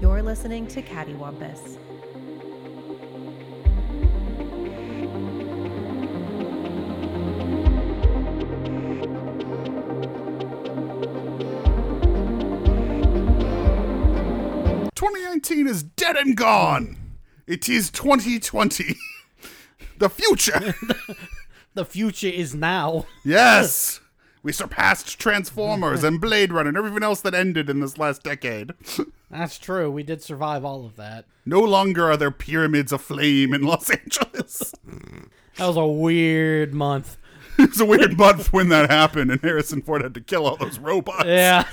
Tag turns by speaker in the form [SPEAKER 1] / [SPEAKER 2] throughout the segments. [SPEAKER 1] you're listening to Cattywampus.
[SPEAKER 2] Twenty nineteen is dead and gone. It is twenty twenty. The future.
[SPEAKER 3] The future is now.
[SPEAKER 2] Yes. We surpassed Transformers and Blade Runner and everything else that ended in this last decade.
[SPEAKER 3] That's true. We did survive all of that.
[SPEAKER 2] No longer are there pyramids aflame in Los Angeles.
[SPEAKER 3] That was a weird month.
[SPEAKER 2] It was a weird month when that happened and Harrison Ford had to kill all those robots.
[SPEAKER 3] Yeah.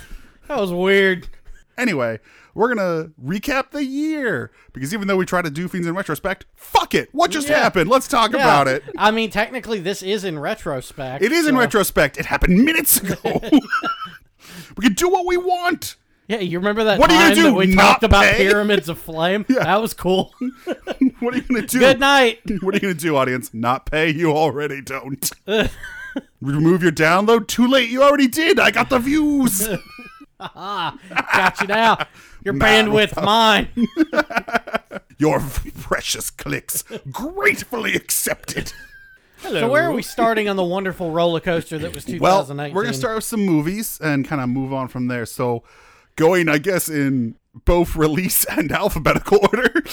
[SPEAKER 3] That was weird.
[SPEAKER 2] Anyway, we're gonna recap the year because even though we try to do things in retrospect, fuck it. What just
[SPEAKER 3] Yeah.
[SPEAKER 2] happened? Let's talk
[SPEAKER 3] Yeah.
[SPEAKER 2] about it.
[SPEAKER 3] I mean, technically, this is in retrospect.
[SPEAKER 2] It is in
[SPEAKER 3] so-
[SPEAKER 2] retrospect. It happened minutes ago. we can do what we want.
[SPEAKER 3] Yeah, you remember that
[SPEAKER 2] What are you gonna
[SPEAKER 3] time that
[SPEAKER 2] do,
[SPEAKER 3] we
[SPEAKER 2] not
[SPEAKER 3] talked about
[SPEAKER 2] pay?
[SPEAKER 3] pyramids of flame? That was cool.
[SPEAKER 2] What are you gonna do?
[SPEAKER 3] Good night.
[SPEAKER 2] What are you gonna do, audience? Not pay? You already don't. Remove your download? Too late. You already did. I got the views.
[SPEAKER 3] Got you now. Your bandwidth, mine.
[SPEAKER 2] Your precious clicks gratefully accepted.
[SPEAKER 3] So where are we starting on the wonderful roller coaster that was
[SPEAKER 2] Well,
[SPEAKER 3] 2019?
[SPEAKER 2] we're gonna start with some movies and kind of move on from there. So, going, I guess, in both release and alphabetical order.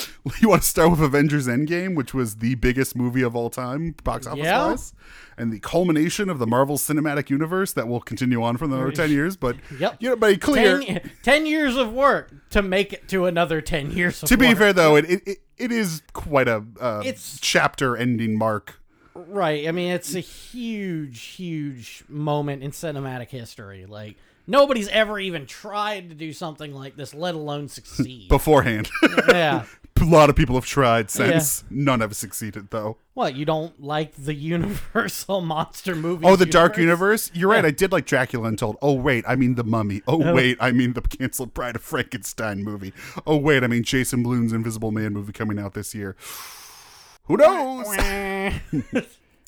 [SPEAKER 2] you want to start with Avengers: Endgame, which was the biggest movie of all time, box office
[SPEAKER 3] Yeah.
[SPEAKER 2] wise, and the culmination of the Marvel Cinematic Universe that will continue on for another ten years. But
[SPEAKER 3] Yep.
[SPEAKER 2] you know, but it's clear.
[SPEAKER 3] Ten, ten years of work to make it to another ten years. Of
[SPEAKER 2] to be
[SPEAKER 3] work.
[SPEAKER 2] fair, though, it it, it, it is quite a uh,
[SPEAKER 3] It's-
[SPEAKER 2] chapter-ending mark.
[SPEAKER 3] right? I mean, it's a huge, huge moment in cinematic history. Like nobody's ever even tried to do something like this, let alone succeed.
[SPEAKER 2] Beforehand,
[SPEAKER 3] yeah.
[SPEAKER 2] a lot of people have tried since. None have succeeded, though.
[SPEAKER 3] What you don't like the Universal monster movie?
[SPEAKER 2] Oh, the Dark Universe. You're right. I did like Dracula Untold. Oh wait, I mean the Mummy. Oh wait, I mean the canceled Bride of Frankenstein movie. Oh wait, I mean Jason Bloom's Invisible Man movie coming out this year. Who knows?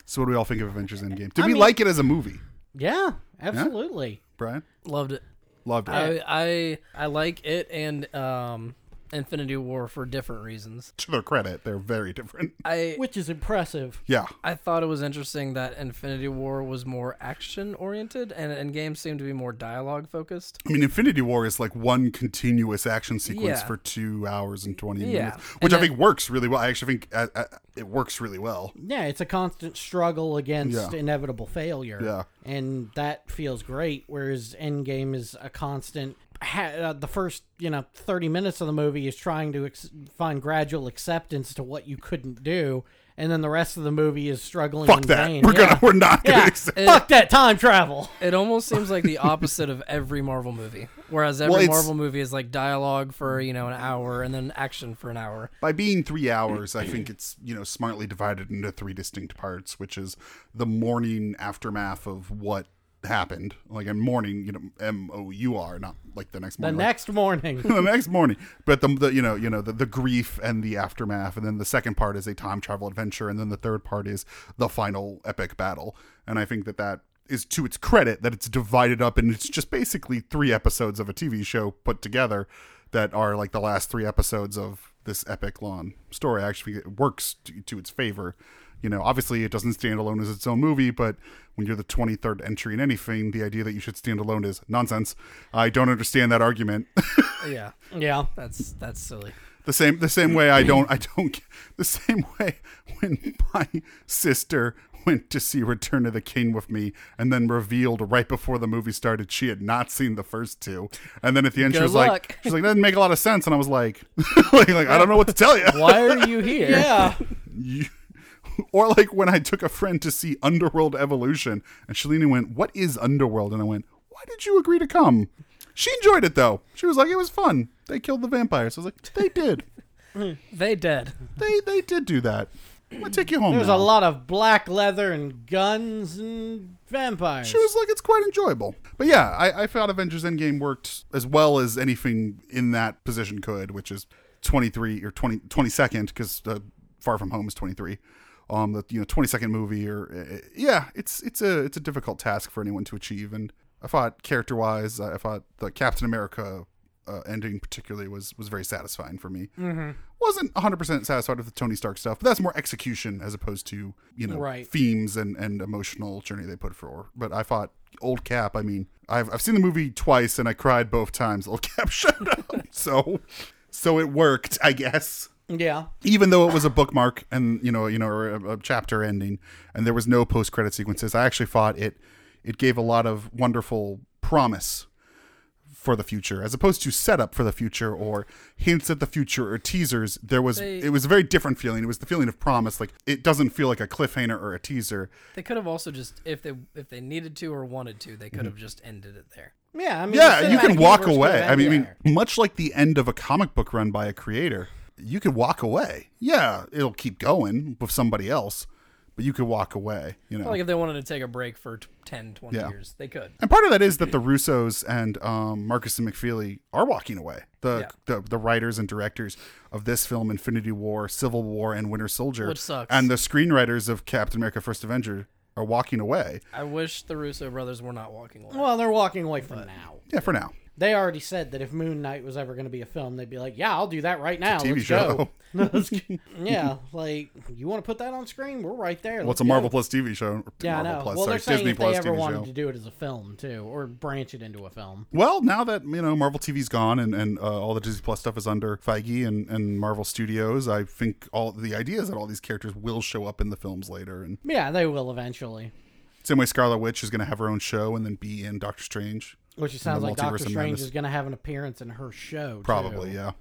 [SPEAKER 2] so what do we all think of Avengers Endgame? Did we
[SPEAKER 3] mean-
[SPEAKER 2] like it as a movie,
[SPEAKER 3] yeah, absolutely.
[SPEAKER 2] Brian?
[SPEAKER 4] Loved it.
[SPEAKER 2] Loved it.
[SPEAKER 4] I, I I like it and um Infinity War for different reasons.
[SPEAKER 2] to their credit, they're very different.
[SPEAKER 4] I
[SPEAKER 3] Which is impressive.
[SPEAKER 2] Yeah.
[SPEAKER 4] I thought it was interesting that Infinity War was more action oriented and Endgame seemed to be more dialogue focused.
[SPEAKER 2] I mean, Infinity War is like one continuous action sequence
[SPEAKER 4] Yeah.
[SPEAKER 2] for two hours and 20
[SPEAKER 4] Yeah.
[SPEAKER 2] minutes, which
[SPEAKER 4] And
[SPEAKER 2] I think works really well. I actually think uh, uh, it works really well.
[SPEAKER 3] Yeah, it's a constant struggle against
[SPEAKER 2] Yeah.
[SPEAKER 3] inevitable failure.
[SPEAKER 2] Yeah.
[SPEAKER 3] And that feels great. Whereas Endgame is a constant. Ha, uh, the first, you know, 30 minutes of the movie is trying to ex- find gradual acceptance to what you couldn't do. And then the rest of the movie is struggling
[SPEAKER 2] Fuck
[SPEAKER 3] in
[SPEAKER 2] that.
[SPEAKER 3] vain.
[SPEAKER 2] We're
[SPEAKER 3] yeah.
[SPEAKER 2] gonna. We're not gonna
[SPEAKER 3] Yeah.
[SPEAKER 2] accept.
[SPEAKER 3] Fuck that time travel.
[SPEAKER 4] It almost seems like the opposite of every Marvel movie. Whereas
[SPEAKER 2] Well,
[SPEAKER 4] every
[SPEAKER 2] it's-
[SPEAKER 4] Marvel movie is like dialogue for, you know, an hour and then action for an hour.
[SPEAKER 2] by being three hours i think it's you know smartly divided into three distinct parts which is the morning aftermath of what happened like a morning you know m-o-u-r not like the next
[SPEAKER 3] The
[SPEAKER 2] morning like-
[SPEAKER 3] next morning.
[SPEAKER 2] the next morning but the, the you know you know the, the grief and the aftermath and then the second part is a time travel adventure and then the third part is the final epic battle and i think that that is to its credit that it's divided up and it's just basically three episodes of a tv show put together that are like the last three episodes of this epic long story I actually think it works to, to its favor you know obviously it doesn't stand alone as its own movie but when you're the 23rd entry in anything the idea that you should stand alone is nonsense i don't understand that argument
[SPEAKER 4] Yeah.
[SPEAKER 3] yeah.
[SPEAKER 4] That's that's silly.
[SPEAKER 2] the same the same way I don't I don't the same way when my sister went to see Return of the King with me and then revealed right before the movie started she had not seen the first two and then at the end she
[SPEAKER 4] Good
[SPEAKER 2] was like
[SPEAKER 4] luck.
[SPEAKER 2] she's like that didn't make a lot of sense and I was like like, like, I don't know what to tell you.
[SPEAKER 4] Why are you here?
[SPEAKER 3] Yeah.
[SPEAKER 2] You- or like when I took a friend to see Underworld Evolution and Shalini went what is Underworld and I went why did you agree to come she enjoyed it though she was like it was fun they killed the vampires I was like they did
[SPEAKER 4] They dead.
[SPEAKER 2] they they did do that. I'm gonna take you home.
[SPEAKER 3] There's
[SPEAKER 2] now.
[SPEAKER 3] a lot of black leather and guns and vampires.
[SPEAKER 2] She was like, it's quite enjoyable. But yeah, I, I thought Avengers Endgame worked as well as anything in that position could, which is 23 or 20, 22nd, because uh, Far From Home is 23. Um, the you know 22nd movie or uh, yeah, it's it's a it's a difficult task for anyone to achieve. And I thought character wise, I thought the Captain America uh, ending particularly was was very satisfying for me. Mm-hmm. Wasn't 100 percent satisfied with the Tony Stark stuff, but that's more execution as opposed to you know
[SPEAKER 3] Right.
[SPEAKER 2] themes and and emotional journey they put forward. But I thought Old Cap. I mean, I've I've seen the movie twice and I cried both times. Old Cap showed up, so so it worked, I guess
[SPEAKER 3] Yeah.
[SPEAKER 2] even though it was a bookmark and you know you know or a, a chapter ending and there was no post credit sequences i actually thought it it gave a lot of wonderful promise for the future as opposed to setup for the future or hints at the future or teasers there was
[SPEAKER 4] They-
[SPEAKER 2] it was a very different feeling it was the feeling of promise like it doesn't feel like a cliffhanger or a teaser
[SPEAKER 4] They could have also just if they if they needed to or wanted to, they could have just ended it there.
[SPEAKER 3] Yeah. I mean,
[SPEAKER 2] yeah
[SPEAKER 3] the
[SPEAKER 2] you can
[SPEAKER 3] cinematic
[SPEAKER 2] walk
[SPEAKER 3] universe
[SPEAKER 2] away
[SPEAKER 3] could've
[SPEAKER 2] i mean, I
[SPEAKER 3] ended
[SPEAKER 2] mean
[SPEAKER 3] there.
[SPEAKER 2] much like the end of a comic book run by a creator you could walk away yeah it'll keep going with somebody else but you could walk away you know
[SPEAKER 4] Like if they wanted to take a break for t- 10, 20
[SPEAKER 2] Yeah.
[SPEAKER 4] years, they could.
[SPEAKER 2] And part of that is that the Russos and um, Marcus and McFeely are walking away. The, the the writers and directors of this film, Infinity War, Civil War, and Winter Soldier,
[SPEAKER 4] Which sucks.
[SPEAKER 2] and the screenwriters of Captain America: First Avenger are walking away.
[SPEAKER 4] I wish the Russo brothers were not walking away.
[SPEAKER 3] Well, they're walking away from now.
[SPEAKER 2] Yeah, for now.
[SPEAKER 3] They already said that if Moon Knight was ever going to be a film, they'd be like, "Yeah, I'll do that right now.
[SPEAKER 2] TV
[SPEAKER 3] Let's
[SPEAKER 2] show.
[SPEAKER 3] go." Let's go. yeah, like you want to put that on screen? We're right there.
[SPEAKER 2] Well, it's
[SPEAKER 3] Let's
[SPEAKER 2] a
[SPEAKER 3] go.
[SPEAKER 2] Marvel Plus TV show.
[SPEAKER 3] Yeah, I
[SPEAKER 2] Marvel
[SPEAKER 3] know.
[SPEAKER 2] Plus,
[SPEAKER 3] well,
[SPEAKER 2] sorry,
[SPEAKER 3] they're saying
[SPEAKER 2] Disney
[SPEAKER 3] if
[SPEAKER 2] Plus
[SPEAKER 3] they ever
[SPEAKER 2] TV
[SPEAKER 3] wanted
[SPEAKER 2] show.
[SPEAKER 3] to do it as a film too, or branch it into a film.
[SPEAKER 2] Well, now that you know Marvel TV's gone and and uh, all the Disney Plus stuff is under Feige and and Marvel Studios, I think all the idea is that all these characters will show up in the films later and.
[SPEAKER 3] Yeah, they will eventually.
[SPEAKER 2] Same way Scarlet Witch is going to have her own show and then be in Doctor Strange.
[SPEAKER 3] Which it sounds like Doctor
[SPEAKER 2] Multiverse of
[SPEAKER 3] Strange
[SPEAKER 2] Madness.
[SPEAKER 3] is going to have an appearance in her show. too.
[SPEAKER 2] Probably, yeah.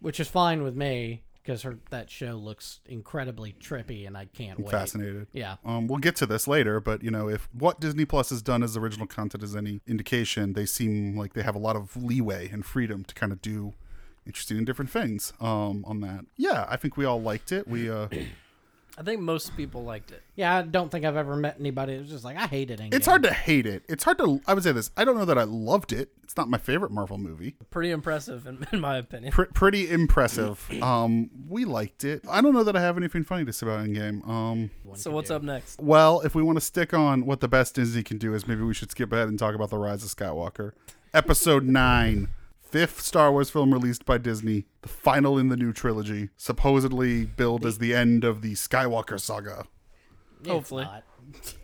[SPEAKER 3] Which is fine with me because her that show looks incredibly trippy, and I can't wait.
[SPEAKER 2] Fascinated.
[SPEAKER 3] Yeah.
[SPEAKER 2] Um, we'll get to this later, but you know, if what Disney Plus has done as original content is any indication, they seem like they have a lot of leeway and freedom to kind of do interesting and different things um, on that. Yeah, I think we all liked it. We uh,
[SPEAKER 4] I think most people liked it.
[SPEAKER 3] Yeah, I don't think I've ever met anybody who's just like I hated it.
[SPEAKER 2] it's hard to hate it. It's hard to. I would say this. I don't know that I loved it. It's not my favorite Marvel movie.
[SPEAKER 4] Pretty impressive, in, in my opinion.
[SPEAKER 2] Pr- pretty impressive. Um, we liked it. I don't know that I have anything funny to say about Endgame. Um,
[SPEAKER 4] So what's up next?
[SPEAKER 2] Well, if we want to stick on what the best Disney can do is maybe we should skip ahead and talk about The Rise of Skywalker. Episode 9, fifth Star Wars film released by Disney, the final in the new trilogy, supposedly billed as the end of the Skywalker saga.
[SPEAKER 3] It's
[SPEAKER 4] Hopefully,
[SPEAKER 3] not.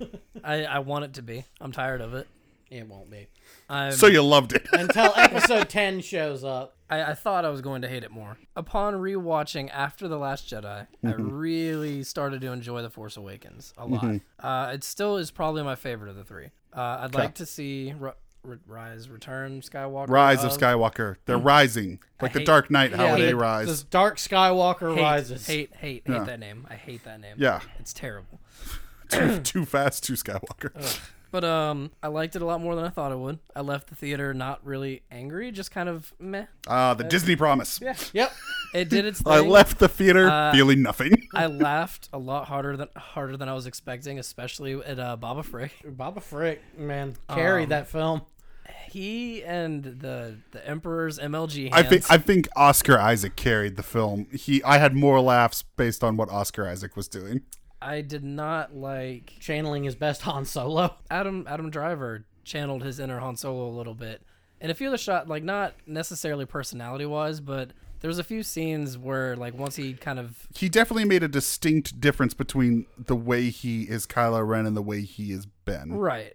[SPEAKER 4] I, I want it to be. I'm tired of it.
[SPEAKER 3] it won't be
[SPEAKER 4] I'm,
[SPEAKER 2] So you loved it.
[SPEAKER 3] until episode ten shows up.
[SPEAKER 4] I, I thought I was going to hate it more. Upon rewatching after The Last Jedi, I
[SPEAKER 2] Mm-hmm.
[SPEAKER 4] really started to enjoy The Force Awakens a lot.
[SPEAKER 2] Mm-hmm.
[SPEAKER 4] Uh, it still is probably my favorite of the three. Uh, I'd like to see Ri- Ri- Rise, Return, Skywalker.
[SPEAKER 2] Rise of Skywalker. They're rising. Like the
[SPEAKER 4] Mm. hate-
[SPEAKER 2] Dark Knight, how
[SPEAKER 3] Yeah,
[SPEAKER 2] they
[SPEAKER 3] the-
[SPEAKER 2] rise.
[SPEAKER 3] The Dark Skywalker
[SPEAKER 4] Hate,
[SPEAKER 3] rises.
[SPEAKER 4] Hate, hate, hate that name. I hate that name.
[SPEAKER 2] Yeah.
[SPEAKER 4] It's terrible.
[SPEAKER 2] too, too fast, too Skywalker.
[SPEAKER 4] But um, I liked it a lot more than I thought I would. I left the theater not really angry, just kind of meh.
[SPEAKER 2] Ah,
[SPEAKER 4] Uh,
[SPEAKER 2] the Disney promise.
[SPEAKER 3] Yep.
[SPEAKER 4] It did its thing.
[SPEAKER 2] I left the theater
[SPEAKER 4] Uh,
[SPEAKER 2] feeling nothing.
[SPEAKER 4] I laughed a lot harder than harder than I was expecting, especially at uh, Baba Frick.
[SPEAKER 3] Baba Frick, man, carried that film.
[SPEAKER 4] He and the the Emperor's MLG. Hands,
[SPEAKER 2] I think I think Oscar Isaac carried the film. He I had more laughs based on what Oscar Isaac was doing.
[SPEAKER 4] I did not like
[SPEAKER 3] Channeling his best Han Solo.
[SPEAKER 4] Adam Adam Driver channeled his inner Han Solo a little bit. And a few of the shot, like not necessarily personality wise, but there was a few scenes where like once he kind of
[SPEAKER 2] He definitely made a distinct difference between the way he is Kylo Ren and the way he is Ben.
[SPEAKER 4] right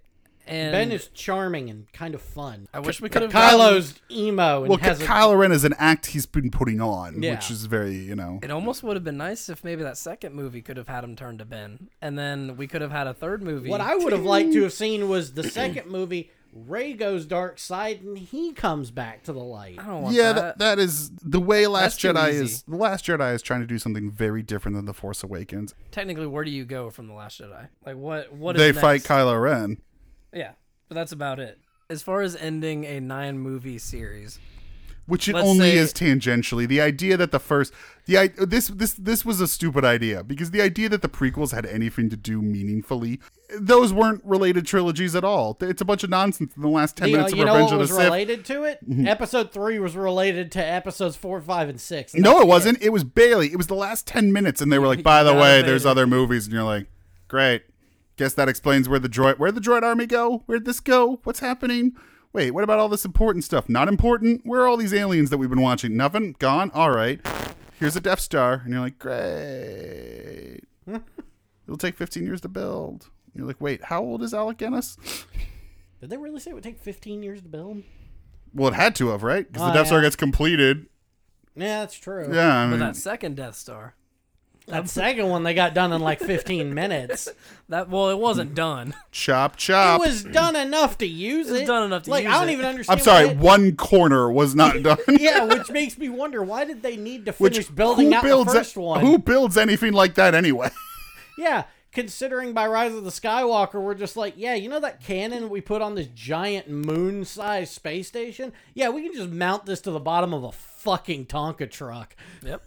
[SPEAKER 4] and
[SPEAKER 3] Ben is charming and kind of fun.
[SPEAKER 4] I wish we could have
[SPEAKER 3] Kylo's emo and
[SPEAKER 2] Well,
[SPEAKER 3] has a
[SPEAKER 2] Kylo Ren is an act he's been putting on,
[SPEAKER 3] Yeah.
[SPEAKER 2] which is very you know.
[SPEAKER 4] It almost would have been nice if maybe that second movie could have had him turn to Ben, and then we could have had a third movie.
[SPEAKER 3] What I would have liked to have seen was the second movie. Ray goes dark side and he comes back to the light.
[SPEAKER 4] I don't want
[SPEAKER 2] Yeah,
[SPEAKER 4] that.
[SPEAKER 2] that, that is the way Last
[SPEAKER 4] That's too
[SPEAKER 2] Jedi
[SPEAKER 4] easy.
[SPEAKER 2] is. The Last Jedi is trying to do something very different than the Force Awakens.
[SPEAKER 4] Technically, where do you go from the Last Jedi? Like what? What is
[SPEAKER 2] They
[SPEAKER 4] next?
[SPEAKER 2] fight Kylo Ren.
[SPEAKER 4] Yeah, but that's about it. As far as ending a nine movie series,
[SPEAKER 2] which it
[SPEAKER 4] Let's
[SPEAKER 2] only
[SPEAKER 4] say-
[SPEAKER 2] is tangentially. The idea that the first the i- this this this was a stupid idea because the idea that the prequels had anything to do meaningfully those weren't related trilogies at all. It's a bunch of nonsense in the last ten
[SPEAKER 3] you know,
[SPEAKER 2] minutes
[SPEAKER 3] uh, you
[SPEAKER 2] of
[SPEAKER 3] know
[SPEAKER 2] Revenge of the
[SPEAKER 3] what was
[SPEAKER 2] Sith. Mm-hmm.
[SPEAKER 3] related to it? Episode three was related to episodes four, five, and six. and
[SPEAKER 2] No,
[SPEAKER 3] that's
[SPEAKER 2] it wasn't. It was barely. It was the last ten minutes, and they were like, "By the
[SPEAKER 4] Yeah,
[SPEAKER 2] way,
[SPEAKER 4] they-
[SPEAKER 2] there's other movies," and you're like, "Great, guess that explains where the droid where the droid army go? Where'd this go? What's happening? Wait, what about all this important stuff? Not important? Where are all these aliens that we've been watching? Nothing? Gone? All right. Here's a Death Star. And you're like, great. It'll take 15 years to build. You're like, wait, how old is Alec Guinness?
[SPEAKER 3] Did they really say it would take 15 years to build?
[SPEAKER 2] Well, it had to have, right? Because the
[SPEAKER 3] Oh,
[SPEAKER 2] Death Star
[SPEAKER 3] yeah.
[SPEAKER 2] gets completed.
[SPEAKER 3] Yeah, that's true.
[SPEAKER 2] Yeah, I
[SPEAKER 4] But
[SPEAKER 2] mean,
[SPEAKER 4] that second Death Star,
[SPEAKER 3] That second one they got done in like 15 minutes.
[SPEAKER 4] that well, it
[SPEAKER 2] Hmm.
[SPEAKER 4] wasn't done.
[SPEAKER 2] chop,
[SPEAKER 3] It
[SPEAKER 2] chop.
[SPEAKER 3] was done enough to use it.
[SPEAKER 4] was done enough to
[SPEAKER 3] like,
[SPEAKER 4] use
[SPEAKER 3] I don't
[SPEAKER 4] it.
[SPEAKER 3] even understand.
[SPEAKER 2] I'm sorry,
[SPEAKER 3] why-
[SPEAKER 2] one corner was not done.
[SPEAKER 3] yeah, which makes me wonder why did they need to
[SPEAKER 2] Which
[SPEAKER 3] finish building
[SPEAKER 2] who
[SPEAKER 3] out
[SPEAKER 2] builds
[SPEAKER 3] the first
[SPEAKER 2] a-
[SPEAKER 3] one?
[SPEAKER 2] Who builds anything like that anyway?
[SPEAKER 3] Yeah, considering by Rise of the Skywalker, we're just like, yeah, you know that cannon we put on this giant moon-sized space station? Yeah, we can just mount this to the bottom of a fucking Tonka truck.
[SPEAKER 4] Yep.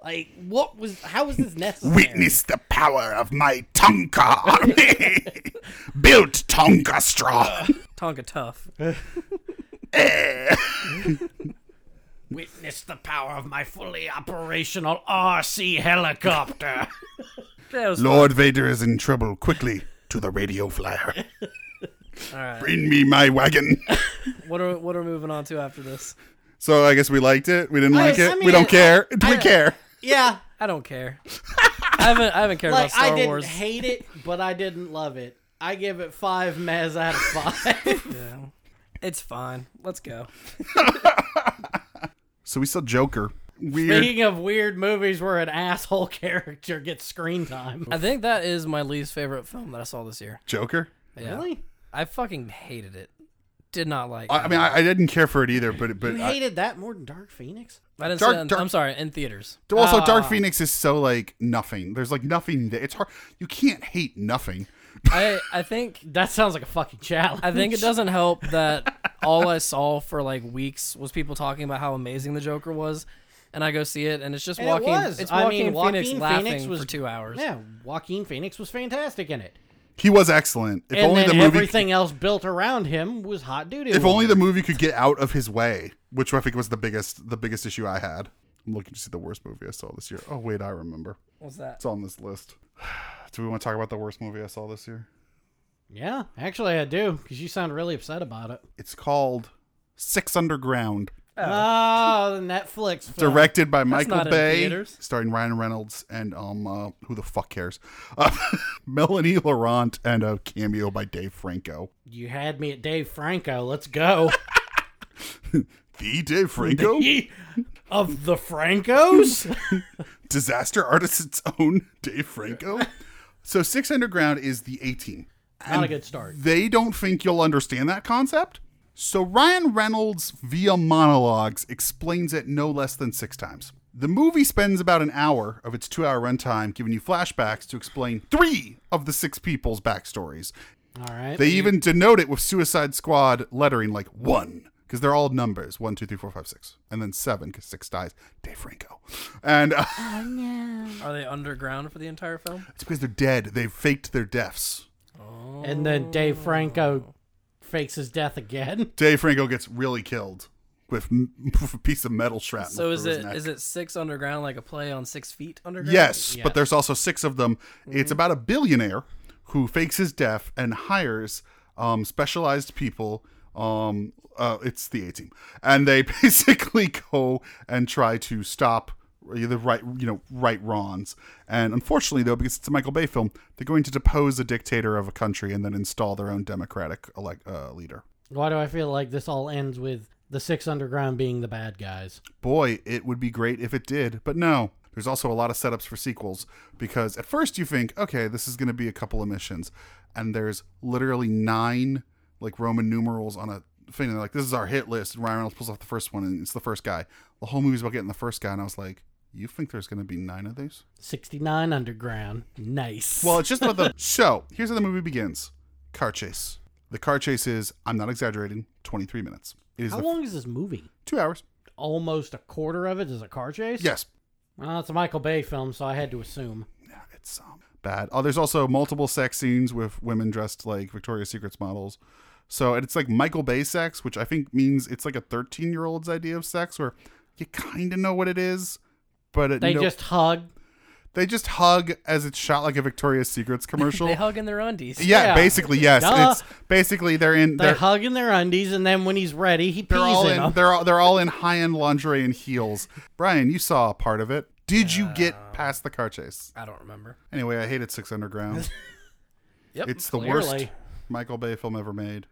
[SPEAKER 3] Like, what was? How was this necessary?
[SPEAKER 2] Witness the power of my Tonka army. Built Tonka
[SPEAKER 3] Uh,
[SPEAKER 2] straw.
[SPEAKER 4] Tonka tough.
[SPEAKER 3] Witness the power of my fully operational RC helicopter.
[SPEAKER 4] That was
[SPEAKER 2] Lord Vader is in trouble. Quickly to the radio flyer.
[SPEAKER 4] all right.
[SPEAKER 2] Bring me my wagon.
[SPEAKER 4] What are what are we moving on to after this?
[SPEAKER 2] So I guess we liked it. We didn't
[SPEAKER 3] I-
[SPEAKER 2] like
[SPEAKER 3] I
[SPEAKER 2] it. we
[SPEAKER 3] mean,
[SPEAKER 2] don't care. Do we
[SPEAKER 3] I-
[SPEAKER 2] care?
[SPEAKER 3] yeah,
[SPEAKER 4] I don't care. I haven't I haven't cared
[SPEAKER 3] like
[SPEAKER 4] about Star
[SPEAKER 3] I didn't
[SPEAKER 4] Wars.
[SPEAKER 3] hate it, but I didn't love it. I give it five mez out of five.
[SPEAKER 4] Yeah. It's fine. Let's go.
[SPEAKER 2] So we saw Joker. Weird.
[SPEAKER 3] Speaking of weird movies where an asshole character gets screen time,
[SPEAKER 4] I think that is my least favorite film that I saw this year.
[SPEAKER 2] Joker?
[SPEAKER 4] Yeah.
[SPEAKER 3] really,
[SPEAKER 4] I fucking hated it. Did not like.
[SPEAKER 2] I, I
[SPEAKER 4] it.
[SPEAKER 2] mean, I, I didn't care for it either, but but
[SPEAKER 3] you
[SPEAKER 2] I-
[SPEAKER 3] hated that more than Dark Phoenix.
[SPEAKER 4] I didn't.
[SPEAKER 2] Dark-
[SPEAKER 4] see it in-
[SPEAKER 2] Dark-
[SPEAKER 4] I'm sorry. In theaters.
[SPEAKER 2] also
[SPEAKER 3] Ah.
[SPEAKER 2] Dark Phoenix is so like nothing. There's like nothing. That, it's hard. You can't hate nothing.
[SPEAKER 4] I I think
[SPEAKER 3] That sounds like a fucking challenge.
[SPEAKER 4] I think it doesn't help that all I saw for like weeks was people talking about how amazing the Joker was, and I go see it, and it's just
[SPEAKER 3] And it
[SPEAKER 4] walking.
[SPEAKER 3] was.
[SPEAKER 4] It's
[SPEAKER 3] I
[SPEAKER 4] Joaquin
[SPEAKER 3] mean,
[SPEAKER 4] Phoenix
[SPEAKER 3] Joaquin
[SPEAKER 4] laughing
[SPEAKER 3] Phoenix was-
[SPEAKER 4] for two hours.
[SPEAKER 3] Yeah, Joaquin Phoenix was fantastic in it,
[SPEAKER 2] He was excellent. If
[SPEAKER 3] and
[SPEAKER 2] only
[SPEAKER 3] then
[SPEAKER 2] the movie.
[SPEAKER 3] everything else built around him was hot doo doo.
[SPEAKER 2] if only the movie could get out of his way, which I think was the biggest the biggest issue I had. I'm looking to see the worst movie I saw this year. Oh wait, I remember.
[SPEAKER 4] What's that?
[SPEAKER 2] It's on this list. Do we want to talk about the worst movie I saw this year?
[SPEAKER 3] yeah, actually I do because you sound really upset about it.
[SPEAKER 2] It's called Six Underground,
[SPEAKER 3] Oh, the Netflix film.
[SPEAKER 2] directed by Michael
[SPEAKER 4] not in
[SPEAKER 2] Bay,
[SPEAKER 4] theaters.
[SPEAKER 2] starring Ryan Reynolds and um uh, who the fuck cares, uh, Melanie Laurent, and a cameo by Dave Franco.
[SPEAKER 3] You had me at Dave Franco. Let's go.
[SPEAKER 2] The Dave Franco,
[SPEAKER 3] of the Francos?
[SPEAKER 2] disaster artist its own Dave Franco. So Six Underground is the 18.
[SPEAKER 3] Not a good start.
[SPEAKER 2] They don't think you'll understand that concept. So Ryan Reynolds, via monologues, explains it no less than six times. The movie spends about an hour of its two hour runtime giving you flashbacks to explain three of the six people's backstories.
[SPEAKER 3] All right.
[SPEAKER 2] They even denote it with Suicide Squad lettering like one, because they're all numbers one, two, three, four, five, six. And then seven, because six dies. Dave Franco. And uh,
[SPEAKER 4] Are they underground for the entire film? Oh.
[SPEAKER 2] it's because they're dead. They've faked their deaths.
[SPEAKER 3] and then Dave Franco fakes his death again.
[SPEAKER 2] Dave Franco gets really killed with, m- with a piece of metal shrapnel.
[SPEAKER 4] So is
[SPEAKER 2] through his
[SPEAKER 4] it
[SPEAKER 2] neck.
[SPEAKER 4] is it six underground like a play on six feet underground?
[SPEAKER 2] Yes,
[SPEAKER 3] Yeah.
[SPEAKER 2] but there's also six of them. It's about a billionaire who fakes his death and hires um, specialized people. Um, uh, it's the A team, and they basically go and try to stop the right, you know, right wrongs. And unfortunately, though, because it's a Michael Bay film, they're going to depose a dictator of a country and then install their own democratic elect, uh, leader.
[SPEAKER 3] Why do I feel like this all ends with the Six Underground being the bad guys?
[SPEAKER 2] boy, it would be great if it did, but no. There's also a lot of setups for sequels because at first you think, okay, this is going to be a couple of missions, and there's literally nine like Roman numerals on a thing. And they're like, this is our hit list, and Ryan Reynolds pulls off the first one, and it's the first guy. The whole movie's about getting the first guy, and I was like, you think there's going to be nine of these?
[SPEAKER 3] 69 Underground. Nice.
[SPEAKER 2] Well, it's just about the so. Here's how the movie begins: car chase. The car chase is, I'm not exaggerating, 23 minutes. It is
[SPEAKER 3] how
[SPEAKER 2] the,
[SPEAKER 3] long is this movie?
[SPEAKER 2] two hours.
[SPEAKER 3] Almost a quarter of it is a car chase?
[SPEAKER 2] Yes,
[SPEAKER 3] Well, it's a Michael Bay film, so I had to assume.
[SPEAKER 2] Yeah, it's um, bad. Oh, there's also multiple sex scenes with women dressed like Victoria's Secrets models. So and it's like Michael Bay sex, which I think means it's like a 13 year old's idea of sex, where you kind of know what it is, but it,
[SPEAKER 3] They
[SPEAKER 2] Uh, no-
[SPEAKER 3] just hug.
[SPEAKER 2] They just hug as it's shot like a Victoria's Secrets commercial.
[SPEAKER 4] They hug in their undies.
[SPEAKER 2] yeah,
[SPEAKER 3] Yeah.
[SPEAKER 2] basically yes.
[SPEAKER 3] Duh.
[SPEAKER 2] It's basically they're in
[SPEAKER 3] They
[SPEAKER 2] they're,
[SPEAKER 3] hug in their undies, and then when he's ready, he pees
[SPEAKER 2] they're all
[SPEAKER 3] in
[SPEAKER 2] in
[SPEAKER 3] them.
[SPEAKER 2] they're all they're all in high end lingerie and heels. Brian, you saw a part of it. Did you get past the car chase?
[SPEAKER 4] I don't remember.
[SPEAKER 2] Anyway, I hated Six Underground.
[SPEAKER 4] Yep.
[SPEAKER 2] It's the worst
[SPEAKER 3] clearly.
[SPEAKER 2] Michael Bay film ever made.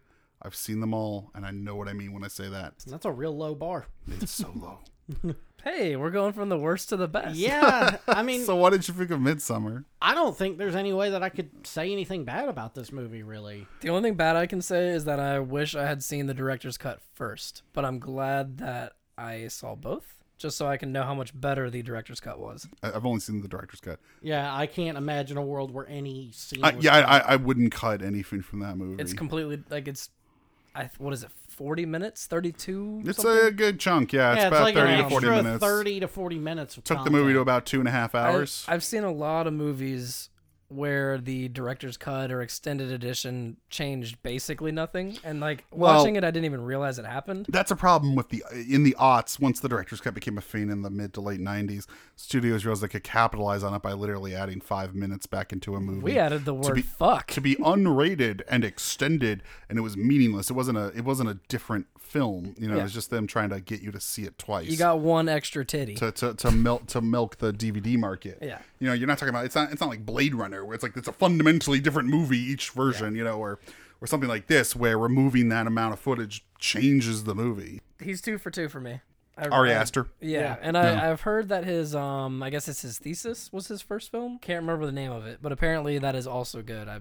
[SPEAKER 2] I've seen them all, and I know what I mean when I say that.
[SPEAKER 3] That's a real low bar.
[SPEAKER 2] It's so low.
[SPEAKER 4] hey, we're going from the worst to the best.
[SPEAKER 3] Yeah, I mean,
[SPEAKER 2] so, what did you think of Midsummer?
[SPEAKER 3] I don't think there's any way that I could say anything bad about this movie, really.
[SPEAKER 4] The only thing bad I can say is that I wish I had seen the director's cut first, but I'm glad that I saw both, just so I can know how much better the director's cut was.
[SPEAKER 2] I- I've only seen the director's cut.
[SPEAKER 3] Yeah, I can't imagine a world where any scene.
[SPEAKER 2] I,
[SPEAKER 3] was-
[SPEAKER 2] yeah, I, I- I wouldn't cut anything from that movie.
[SPEAKER 4] It's completely like it's, I what is it, forty minutes, thirty-two?
[SPEAKER 2] It's a good chunk. Yeah, it's
[SPEAKER 3] Yeah,
[SPEAKER 2] about
[SPEAKER 3] like an
[SPEAKER 2] thirty to
[SPEAKER 3] extra
[SPEAKER 2] forty minutes.
[SPEAKER 3] thirty to forty minutes. Of
[SPEAKER 2] Took the
[SPEAKER 3] content.
[SPEAKER 2] movie to about two and a half hours.
[SPEAKER 4] I, have seen a lot of movies where the director's cut or extended edition changed basically nothing, and like
[SPEAKER 2] Well-
[SPEAKER 4] watching it, I didn't even realize it happened.
[SPEAKER 2] That's a problem with the in the aughts. Once the director's cut became a thing in the mid to late '90s, studios realized they could capitalize on it by literally adding five minutes back into a movie.
[SPEAKER 4] We added the word
[SPEAKER 2] be-
[SPEAKER 4] "fuck."
[SPEAKER 2] to be unrated and extended and it was meaningless it wasn't a it wasn't a different film you know it was just them trying to get you to see it twice
[SPEAKER 4] you got one extra titty.
[SPEAKER 2] to, to, to milk to milk the DVD market.
[SPEAKER 4] Yeah.
[SPEAKER 2] you know, you're not talking about it's not it's not like Blade Runner where it's like it's a fundamentally different movie each version. You know, or or something like this where removing that amount of footage changes the movie.
[SPEAKER 4] He's two for two for me. I,
[SPEAKER 2] Ari
[SPEAKER 4] I-
[SPEAKER 2] Aster,
[SPEAKER 4] Yeah, and I, I've heard that his um, I guess it's his thesis was his first film. Can't remember the name of it, but apparently that is also good. I,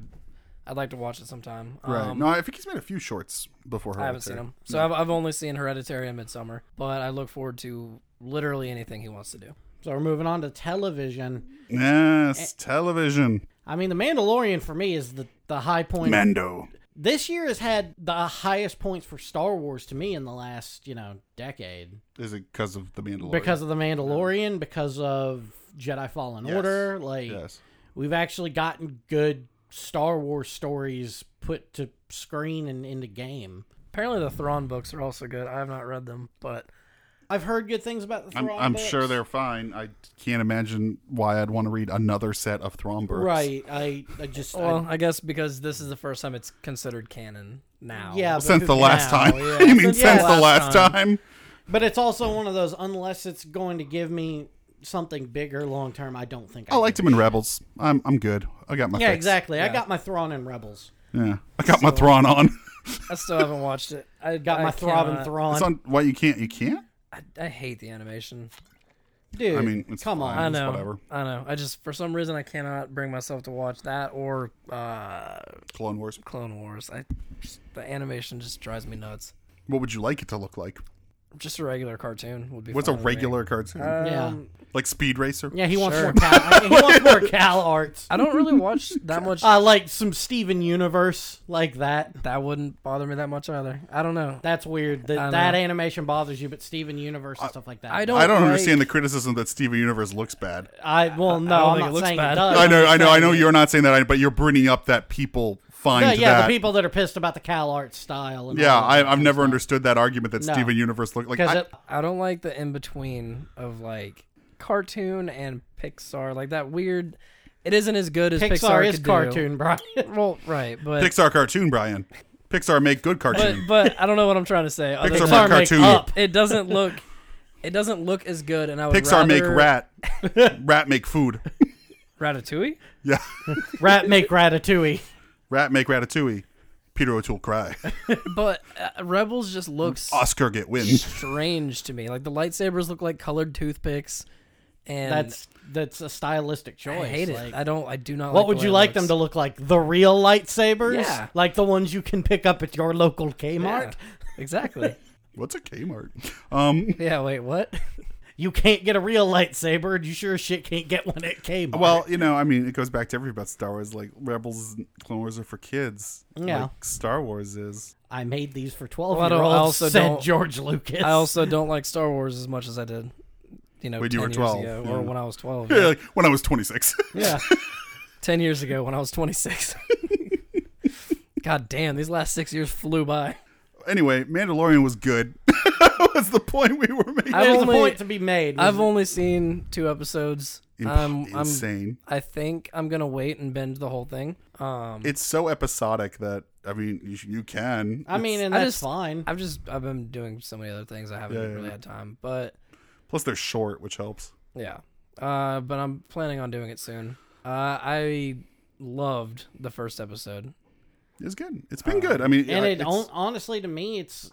[SPEAKER 4] I'd like to watch it sometime.
[SPEAKER 2] right?
[SPEAKER 4] Um,
[SPEAKER 2] no, I think he's made a few shorts before.
[SPEAKER 4] I haven't seen
[SPEAKER 2] Hereditary.
[SPEAKER 4] him, so I've, I've only seen Hereditary and Midsummer. But I look forward to literally anything he wants to do.
[SPEAKER 3] So we're moving on to television.
[SPEAKER 4] Eh.
[SPEAKER 2] Yes, television.
[SPEAKER 3] I mean, The Mandalorian for me is the the high point.
[SPEAKER 2] Mando.
[SPEAKER 3] This year has had the highest points for Star Wars to me in the last you know decade
[SPEAKER 2] Is it because of the Mandalorian?
[SPEAKER 3] because of The Mandalorian, because of Jedi Fallen
[SPEAKER 2] Yes.
[SPEAKER 3] Order. Like
[SPEAKER 2] yes,
[SPEAKER 3] we've actually gotten good Star Wars stories put to screen and into game.
[SPEAKER 4] Apparently the Thrawn books are also good. I have not read them, but
[SPEAKER 3] I've heard good things about the
[SPEAKER 2] I'm,
[SPEAKER 3] Thrawn
[SPEAKER 2] I'm
[SPEAKER 3] books.
[SPEAKER 2] sure they're fine. I can't imagine why I'd want to read another set of Thrombers.
[SPEAKER 3] right. I, I just I-
[SPEAKER 4] well, I guess because this is the first time it's considered canon now.
[SPEAKER 3] yeah, but
[SPEAKER 2] Since
[SPEAKER 3] who
[SPEAKER 2] the last
[SPEAKER 3] now?
[SPEAKER 2] time.
[SPEAKER 3] Yeah.
[SPEAKER 2] you mean
[SPEAKER 4] Since
[SPEAKER 2] since
[SPEAKER 4] the
[SPEAKER 2] the last
[SPEAKER 4] last
[SPEAKER 2] time?
[SPEAKER 3] But it's also one of those unless it's going to give me something bigger long term, I don't think
[SPEAKER 2] I liked him in Rebels. I'm I'm good. I got my
[SPEAKER 3] Yeah,
[SPEAKER 2] fix.
[SPEAKER 3] exactly. I got my Thrawn and Rebels.
[SPEAKER 2] Yeah, I got my Thrawn on.
[SPEAKER 4] I still haven't watched it. I
[SPEAKER 3] Got
[SPEAKER 4] I
[SPEAKER 3] my throbbing
[SPEAKER 4] cannot-
[SPEAKER 3] Thrawn.
[SPEAKER 2] It's on. Why you can't? You can't.
[SPEAKER 4] I, I hate the animation.
[SPEAKER 3] Dude,
[SPEAKER 2] I mean, it's
[SPEAKER 3] come
[SPEAKER 2] fine.
[SPEAKER 3] on.
[SPEAKER 4] I
[SPEAKER 2] It's
[SPEAKER 4] know.
[SPEAKER 2] whatever.
[SPEAKER 4] I know. I just for some reason I cannot bring myself to watch that or uh,
[SPEAKER 2] Clone Wars.
[SPEAKER 4] Clone Wars. I just, the animation just drives me nuts.
[SPEAKER 2] What would you like it to look like?
[SPEAKER 4] Just a regular cartoon would be.
[SPEAKER 2] What's a
[SPEAKER 4] fine with me. Um,
[SPEAKER 2] regular cartoon?
[SPEAKER 3] Yeah.
[SPEAKER 2] like Speed Racer.
[SPEAKER 3] Uh, Yeah, he wants
[SPEAKER 4] Sure.
[SPEAKER 3] more Cal he wants more Cal arts.
[SPEAKER 4] I don't really watch that much.
[SPEAKER 3] Uh, like some Steven Universe like that.
[SPEAKER 4] that wouldn't bother me that much either. I don't know.
[SPEAKER 3] That's weird. That,
[SPEAKER 4] know.
[SPEAKER 3] that animation bothers you, but Steven Universe and stuff like that.
[SPEAKER 4] I don't.
[SPEAKER 2] I don't
[SPEAKER 4] like-
[SPEAKER 2] understand the criticism that Steven Universe looks bad.
[SPEAKER 3] I well, no,
[SPEAKER 4] don't
[SPEAKER 3] I, am
[SPEAKER 4] think it
[SPEAKER 3] not
[SPEAKER 4] looks
[SPEAKER 3] saying
[SPEAKER 4] bad.
[SPEAKER 3] it does.
[SPEAKER 2] I know,
[SPEAKER 3] I'm
[SPEAKER 2] I know, I know.
[SPEAKER 3] saying-
[SPEAKER 2] You're not saying that, but you're bringing up that people find
[SPEAKER 3] Yeah, yeah,
[SPEAKER 2] that.
[SPEAKER 3] the people that are pissed about the Cal Art style. And
[SPEAKER 2] yeah,
[SPEAKER 3] all that.
[SPEAKER 2] I, I've never understood that argument that
[SPEAKER 3] No.
[SPEAKER 2] Steven Universe looked like.
[SPEAKER 3] because
[SPEAKER 2] I-
[SPEAKER 3] it,
[SPEAKER 4] I don't like the in between of like cartoon and Pixar. Like that weird. It isn't as good as
[SPEAKER 3] Pixar,
[SPEAKER 4] Pixar,
[SPEAKER 3] is
[SPEAKER 4] could do.
[SPEAKER 3] cartoon, Brian.
[SPEAKER 4] Well, right, but
[SPEAKER 2] Pixar cartoon, Brian. Pixar make good
[SPEAKER 4] but
[SPEAKER 2] cartoon.
[SPEAKER 4] but I don't know what I'm trying to say. other
[SPEAKER 2] Pixar make
[SPEAKER 3] Pixar
[SPEAKER 4] than-
[SPEAKER 3] make
[SPEAKER 2] cartoon.
[SPEAKER 3] up.
[SPEAKER 4] it doesn't look it doesn't look as good and I would
[SPEAKER 2] Pixar make
[SPEAKER 4] rather-
[SPEAKER 2] rat. rat make food.
[SPEAKER 4] Ratatouille?
[SPEAKER 2] Yeah.
[SPEAKER 3] Rat make ratatouille.
[SPEAKER 2] Rat make ratatouille. Peter O'Toole cry.
[SPEAKER 4] But uh, Rebels just looks
[SPEAKER 2] Oscar get win.
[SPEAKER 4] strange to me. Like the lightsabers look like colored toothpicks and
[SPEAKER 3] That's that's a stylistic choice.
[SPEAKER 4] I hate it.
[SPEAKER 3] Like,
[SPEAKER 4] I don't I do not
[SPEAKER 3] what would you like them to
[SPEAKER 4] look?
[SPEAKER 3] look like? The real lightsabers,
[SPEAKER 4] Yeah.
[SPEAKER 3] like the ones you can pick up at your local Kmart.
[SPEAKER 4] Exactly.
[SPEAKER 2] What's a Kmart? Um.
[SPEAKER 4] yeah, wait, what?
[SPEAKER 3] You can't get a real lightsaber, and you sure as shit can't get one at Kmart.
[SPEAKER 2] Well, you know, I mean, it goes back to everything about Star Wars. Like Rebels, and Clone Wars are for kids.
[SPEAKER 3] Yeah.
[SPEAKER 2] Like, Star Wars is.
[SPEAKER 3] I made these for twelve
[SPEAKER 4] Well, I
[SPEAKER 3] year
[SPEAKER 4] don't- I
[SPEAKER 3] olds.
[SPEAKER 4] also
[SPEAKER 3] Said
[SPEAKER 4] don't-
[SPEAKER 3] George Lucas.
[SPEAKER 4] I also don't like Star Wars as much as I did, you know,
[SPEAKER 2] When you
[SPEAKER 4] 10
[SPEAKER 2] were
[SPEAKER 4] years
[SPEAKER 2] 12,
[SPEAKER 4] ago,
[SPEAKER 2] yeah.
[SPEAKER 4] or when I was 12.
[SPEAKER 2] Yeah,
[SPEAKER 4] yeah.
[SPEAKER 2] like, when I was 26.
[SPEAKER 3] yeah.
[SPEAKER 4] 10 years ago when I was 26. God damn, these last 6 years flew by.
[SPEAKER 2] anyway, Mandalorian was good. was the point we were making.
[SPEAKER 4] I've
[SPEAKER 3] There's a
[SPEAKER 4] only-
[SPEAKER 3] point to be made.
[SPEAKER 4] I've only seen two episodes. Um, I'm,
[SPEAKER 2] Insane.
[SPEAKER 4] I think I'm gonna wait and binge the whole thing. Um,
[SPEAKER 2] it's so episodic that I mean, you, sh- you can.
[SPEAKER 3] I mean,
[SPEAKER 2] It's-
[SPEAKER 3] and
[SPEAKER 4] I
[SPEAKER 3] that's
[SPEAKER 4] just-
[SPEAKER 3] fine.
[SPEAKER 4] I've just I've been doing so many other things. I haven't
[SPEAKER 2] Yeah, yeah,
[SPEAKER 4] really
[SPEAKER 2] yeah.
[SPEAKER 4] had time, but
[SPEAKER 2] plus they're short, which helps.
[SPEAKER 4] yeah. Uh, but I'm planning on doing it soon. Uh, I loved the first episode.
[SPEAKER 2] It's good. It's been good. I mean,
[SPEAKER 3] Uh, and
[SPEAKER 2] I-
[SPEAKER 3] it
[SPEAKER 2] it's,
[SPEAKER 3] on, honestly, to me, it's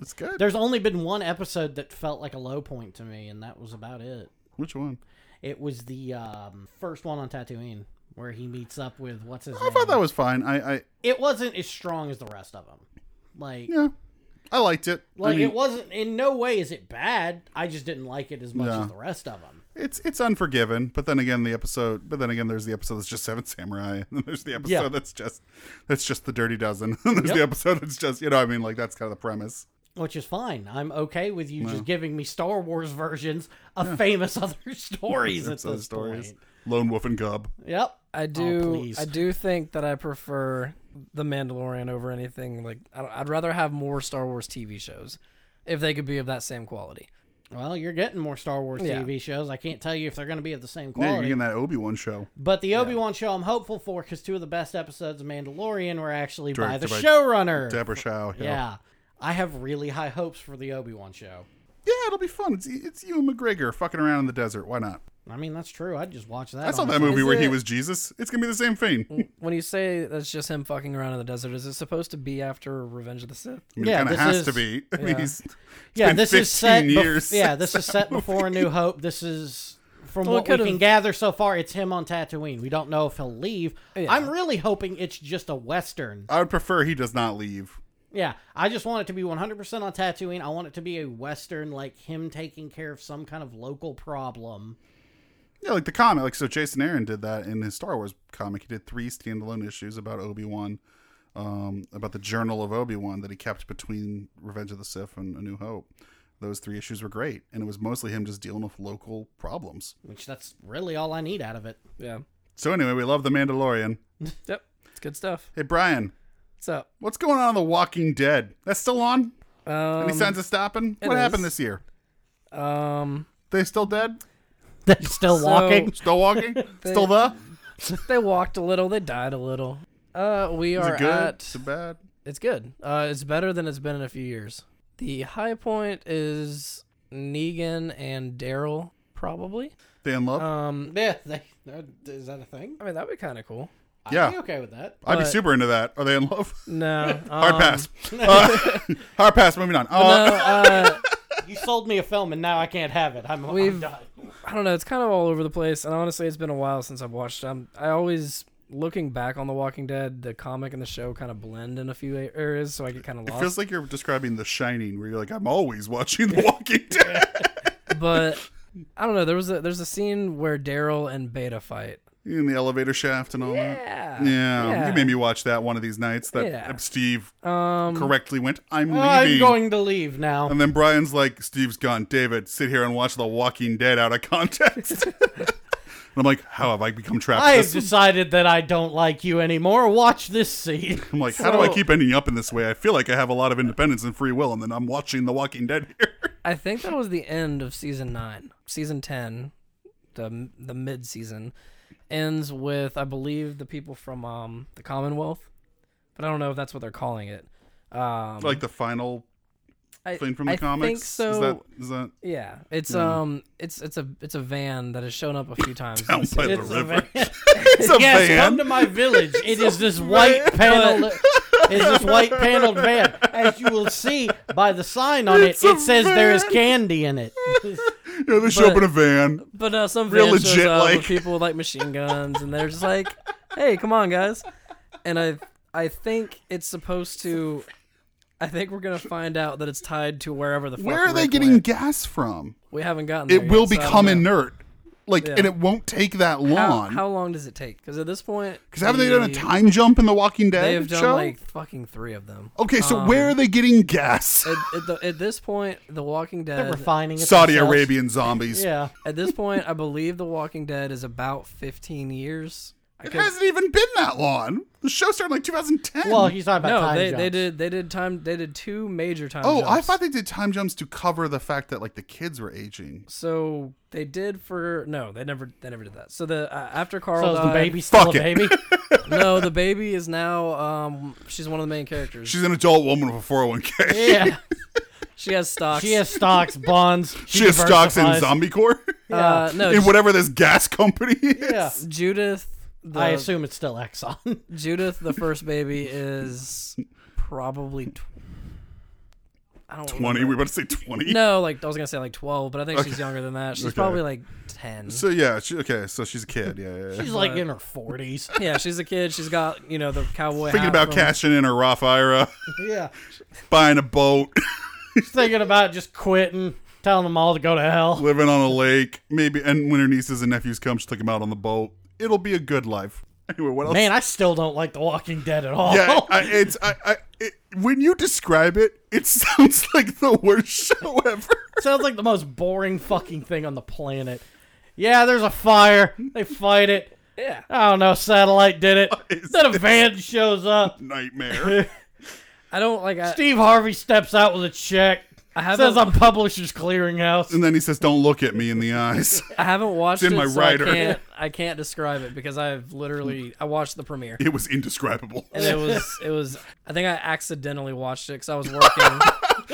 [SPEAKER 2] it's good.
[SPEAKER 3] there's only been one episode that felt like a low point to me, and that was about it.
[SPEAKER 2] Which one?
[SPEAKER 3] It was the um, first one on Tatooine where he meets up with what's his
[SPEAKER 2] I
[SPEAKER 3] name.
[SPEAKER 2] thought that was fine. I, I
[SPEAKER 3] it wasn't as strong as the rest of them. Like,
[SPEAKER 2] yeah, I liked it.
[SPEAKER 3] like
[SPEAKER 2] I mean,
[SPEAKER 3] it wasn't. In no way is it bad. I just didn't like it as much
[SPEAKER 2] Yeah.
[SPEAKER 3] as the rest of them.
[SPEAKER 2] it's it's unforgiven. But then again, the episode. But then again, there's the episode that's just Seven Samurai, and then there's the episode
[SPEAKER 3] Yeah.
[SPEAKER 2] that's just that's just the Dirty Dozen. and there's
[SPEAKER 3] Yep.
[SPEAKER 2] the episode that's just you know. I mean, like that's kind of the premise.
[SPEAKER 3] Which is fine. I'm okay with you just giving me Star Wars versions of famous other stories at
[SPEAKER 2] Episode
[SPEAKER 3] this
[SPEAKER 2] stories.
[SPEAKER 3] point.
[SPEAKER 2] Lone Wolf and Cub.
[SPEAKER 3] Yep.
[SPEAKER 4] I do
[SPEAKER 3] please.
[SPEAKER 4] I do think that I prefer the Mandalorian over anything. Like I don't- I'd rather have more Star Wars TV shows if they could be of that same quality.
[SPEAKER 3] Well, you're getting more Star Wars
[SPEAKER 4] Yeah.
[SPEAKER 3] TV shows. I can't tell you if they're going to be of the same
[SPEAKER 2] Yeah, you're
[SPEAKER 3] quality.
[SPEAKER 2] getting that Obi Wan show.
[SPEAKER 3] But the Obi Wan show, I'm hopeful for because two of the best episodes of Mandalorian were actually by the
[SPEAKER 2] Directed by
[SPEAKER 3] showrunner.
[SPEAKER 2] Deborah Chow.
[SPEAKER 3] yeah. I have really high hopes for the Obi Wan show.
[SPEAKER 2] Yeah, it'll be fun. It's it's you and McGregor fucking around in the desert. Why not?
[SPEAKER 3] I mean, that's true. I'd just watch that.
[SPEAKER 2] I saw
[SPEAKER 3] on
[SPEAKER 2] that
[SPEAKER 3] its own.
[SPEAKER 2] movie
[SPEAKER 4] Is
[SPEAKER 2] where he
[SPEAKER 4] it-
[SPEAKER 2] was Jesus. It's gonna be the same thing. I mean,
[SPEAKER 4] When you say that's just him fucking around in the desert, is it supposed to be after Revenge of the Sith?
[SPEAKER 3] Yeah,
[SPEAKER 2] it kind
[SPEAKER 3] this
[SPEAKER 2] of has
[SPEAKER 3] is-
[SPEAKER 2] to be. I mean,
[SPEAKER 4] yeah.
[SPEAKER 2] he's- it's
[SPEAKER 3] Yeah,
[SPEAKER 2] been
[SPEAKER 3] this is set.
[SPEAKER 2] 15
[SPEAKER 3] bef-
[SPEAKER 2] years
[SPEAKER 3] yeah,
[SPEAKER 2] since
[SPEAKER 3] this is set before A New Hope. This is from
[SPEAKER 4] Well, it
[SPEAKER 3] what we
[SPEAKER 4] could've-
[SPEAKER 3] can gather so far. It's him on Tatooine. We don't know if he'll leave. I'm really hoping it's just a western.
[SPEAKER 2] I would prefer he does not leave.
[SPEAKER 3] Yeah, I just want it to be 100% on Tatooine. I want it to be a western, like him taking care of some kind of local problem.
[SPEAKER 2] Yeah, like the comic. Like so, Jason Aaron did that in his Star Wars comic. He did three standalone issues about Obi Wan, um, about the Journal of Obi Wan that he kept between Revenge of the Sith and A New Hope. Those three issues were great, and it was mostly him just dealing with local problems.
[SPEAKER 3] which that's really all I need out of it.
[SPEAKER 4] Yeah.
[SPEAKER 2] So anyway, we love the Mandalorian.
[SPEAKER 4] Yep. It's good stuff.
[SPEAKER 2] Hey Brian,
[SPEAKER 4] What's up?
[SPEAKER 2] what's going on in The Walking Dead? That's still on.
[SPEAKER 4] Um,
[SPEAKER 2] Any signs of stopping?
[SPEAKER 4] it
[SPEAKER 2] What happened
[SPEAKER 4] is.
[SPEAKER 2] this year?
[SPEAKER 4] um,
[SPEAKER 2] They still dead?
[SPEAKER 3] They're still
[SPEAKER 4] So-
[SPEAKER 3] walking.
[SPEAKER 2] Still walking? still the?
[SPEAKER 4] they walked a little. They died a little. Uh, we
[SPEAKER 2] Is
[SPEAKER 4] are
[SPEAKER 2] it good?
[SPEAKER 4] at.
[SPEAKER 2] Is it bad?
[SPEAKER 4] It's good. Uh, it's better than it's been in a few years. The high point is Negan and Daryl, probably.
[SPEAKER 2] Dan Love?
[SPEAKER 4] Um,
[SPEAKER 3] Yeah, they, they're- is that a thing?
[SPEAKER 4] I mean that'd be kind of cool.
[SPEAKER 2] Yeah.
[SPEAKER 3] I'd be okay with that.
[SPEAKER 2] I'd be
[SPEAKER 4] but-
[SPEAKER 2] super into that. Are they in love?
[SPEAKER 4] No,
[SPEAKER 2] Hard
[SPEAKER 4] um,
[SPEAKER 2] pass. Uh, hard pass. Moving on.
[SPEAKER 4] No,
[SPEAKER 2] Uh,
[SPEAKER 4] uh,
[SPEAKER 3] You sold me a film and now I can't have it. I'm, I'm
[SPEAKER 4] We've-
[SPEAKER 3] done.
[SPEAKER 4] I don't know. It's kind of all over the place, and honestly, it's been a while since I've watched. Um, I always looking back on The Walking Dead, the comic and the show kind of blend in a few a- areas, so I get kind of
[SPEAKER 2] it
[SPEAKER 4] lost.
[SPEAKER 2] feels like you're describing The Shining, where you're like, I'm always watching The Walking Dead.
[SPEAKER 4] but I don't know. There was a there's a scene where Daryl and Beta fight.
[SPEAKER 2] in the elevator shaft and all that.
[SPEAKER 4] Yeah.
[SPEAKER 2] Yeah,
[SPEAKER 4] Yeah.
[SPEAKER 2] you made me watch that one of these nights. That
[SPEAKER 4] Yeah.
[SPEAKER 2] Steve
[SPEAKER 4] Um,
[SPEAKER 2] correctly went. I'm leaving.
[SPEAKER 3] I'm going to leave now.
[SPEAKER 2] And then Brian's like, Steve's gone. David, sit here and watch The Walking Dead out of context. and I'm like, how have I become trapped?
[SPEAKER 3] I have
[SPEAKER 2] this?
[SPEAKER 3] decided that I don't like you anymore. Watch this scene.
[SPEAKER 2] I'm like, how do I
[SPEAKER 4] So-
[SPEAKER 2] keep ending up in this way? I feel like I have a lot of independence and free will, and then I'm watching The Walking Dead here.
[SPEAKER 4] I think that was the end of season nine. Season ten, the the mid season, ends with I believe the people from um the Commonwealth, but I don't know if that's what they're calling it. Um,
[SPEAKER 2] like the final
[SPEAKER 4] I-
[SPEAKER 2] thing from the
[SPEAKER 4] I
[SPEAKER 2] comics.
[SPEAKER 4] Think so
[SPEAKER 2] Is that is that
[SPEAKER 4] yeah, it's um it's it's a it's a van that has shown up a few times. in the
[SPEAKER 2] down by the
[SPEAKER 4] series.
[SPEAKER 3] It's a
[SPEAKER 2] river?
[SPEAKER 3] van.
[SPEAKER 2] It's a
[SPEAKER 3] yes, come
[SPEAKER 2] van.
[SPEAKER 3] to my village. It is this white panel. It's this white paneled van. As you will see by the sign on
[SPEAKER 2] It's
[SPEAKER 3] it,
[SPEAKER 2] a
[SPEAKER 3] it says there is
[SPEAKER 2] van.
[SPEAKER 3] candy in it.
[SPEAKER 2] yeah, they show up in a van.
[SPEAKER 4] But uh, some
[SPEAKER 2] Real
[SPEAKER 4] van shows
[SPEAKER 2] legit,
[SPEAKER 4] up
[SPEAKER 2] like-
[SPEAKER 4] with people with like machine guns, and they're just like, "Hey, come on, guys!" And I, I think it's supposed to. I think we're gonna find out that it's tied to wherever the. Fuck
[SPEAKER 2] Where are they
[SPEAKER 4] Rick
[SPEAKER 2] getting
[SPEAKER 4] went.
[SPEAKER 2] gas from?
[SPEAKER 4] We haven't gotten.
[SPEAKER 2] It
[SPEAKER 4] there
[SPEAKER 2] will
[SPEAKER 4] yet, so I don't
[SPEAKER 2] become
[SPEAKER 4] know.
[SPEAKER 2] inert. Like,
[SPEAKER 4] Yeah.
[SPEAKER 2] and it won't take that
[SPEAKER 4] How,
[SPEAKER 2] long.
[SPEAKER 4] how long does it take? Because at this point,
[SPEAKER 2] Because haven't they done a
[SPEAKER 4] the-
[SPEAKER 2] time jump in The Walking Dead
[SPEAKER 4] They have done
[SPEAKER 2] show?
[SPEAKER 4] like um, fucking three of them.
[SPEAKER 2] okay, so where are they getting gas?
[SPEAKER 4] At, at, the, at this point, The Walking
[SPEAKER 3] They're
[SPEAKER 4] Dead.
[SPEAKER 3] refining it.
[SPEAKER 2] Saudi
[SPEAKER 3] themselves.
[SPEAKER 2] Arabian zombies.
[SPEAKER 3] Yeah.
[SPEAKER 4] At this point, I believe The Walking Dead is about 15 years.
[SPEAKER 2] It hasn't even been that long. The show started like 2010.
[SPEAKER 3] Well, he's talking about
[SPEAKER 4] No,
[SPEAKER 3] time
[SPEAKER 4] they, they
[SPEAKER 3] jumps.
[SPEAKER 4] did they did time they did two major time.
[SPEAKER 2] oh, I
[SPEAKER 4] jumps.
[SPEAKER 2] thought they did time jumps to cover the fact that like the kids were aging.
[SPEAKER 4] so. They did for no, they never they never did that. So the uh, after Carl
[SPEAKER 3] So is the
[SPEAKER 4] died-
[SPEAKER 3] baby still
[SPEAKER 2] Fuck
[SPEAKER 3] a
[SPEAKER 2] it.
[SPEAKER 3] baby?
[SPEAKER 4] no, the baby is now um she's one of the main characters.
[SPEAKER 2] She's an adult woman with a 401k.
[SPEAKER 3] yeah.
[SPEAKER 4] she has stocks.
[SPEAKER 3] She has stocks, bonds. She,
[SPEAKER 2] She has stocks in
[SPEAKER 3] diversifies.
[SPEAKER 2] Zombie Corps.
[SPEAKER 4] uh, no
[SPEAKER 2] in
[SPEAKER 4] Ju-
[SPEAKER 2] whatever this gas company is.
[SPEAKER 3] Yeah.
[SPEAKER 4] Judith. The,
[SPEAKER 3] I assume it's still Exxon.
[SPEAKER 4] Judith, the first baby, is probably. Tw- I don't
[SPEAKER 2] 20. We
[SPEAKER 4] remember.
[SPEAKER 2] were about to say 20.
[SPEAKER 4] No, like I was gonna say like twelve, but I think she's younger than that. She's
[SPEAKER 2] Okay.
[SPEAKER 4] probably like ten.
[SPEAKER 2] So, yeah. She, okay. So she's a kid. Yeah. yeah, yeah.
[SPEAKER 3] She's like in her 40s.
[SPEAKER 4] yeah, she's a kid. She's got you know the cowboy.
[SPEAKER 2] Thinking
[SPEAKER 4] hat
[SPEAKER 2] about
[SPEAKER 4] from-
[SPEAKER 2] cashing in her Roth IRA,
[SPEAKER 3] yeah.
[SPEAKER 2] buying a boat,
[SPEAKER 3] She's thinking about just quitting, telling them all to go to hell.
[SPEAKER 2] living on a lake. Maybe. And when her nieces and nephews come, she took them out on the boat. It'll be a good life. Anyway, what else?
[SPEAKER 3] Man, I still don't like The Walking Dead at all.
[SPEAKER 2] Yeah, I, it's I, I it, when you describe it, it sounds like the worst show ever.
[SPEAKER 3] Sounds like the most boring fucking thing on the planet. Yeah, there's a fire. They fight it.
[SPEAKER 4] Yeah.
[SPEAKER 3] I don't know. Satellite did it.
[SPEAKER 2] is
[SPEAKER 3] Then a van shows up.
[SPEAKER 2] Nightmare.
[SPEAKER 4] I don't like. I,
[SPEAKER 3] Steve Harvey steps out with a check.
[SPEAKER 4] I haven't.
[SPEAKER 3] Says I'm Publishers Clearinghouse.
[SPEAKER 2] and then he says, "Don't look at me in the eyes."
[SPEAKER 4] I haven't watched
[SPEAKER 2] in
[SPEAKER 4] it,
[SPEAKER 2] my
[SPEAKER 4] so
[SPEAKER 2] rider.
[SPEAKER 4] I can't. I can't describe it because I've literally I watched the premiere.
[SPEAKER 2] It was indescribable.
[SPEAKER 4] And it was it was. I think I accidentally watched it because I was working.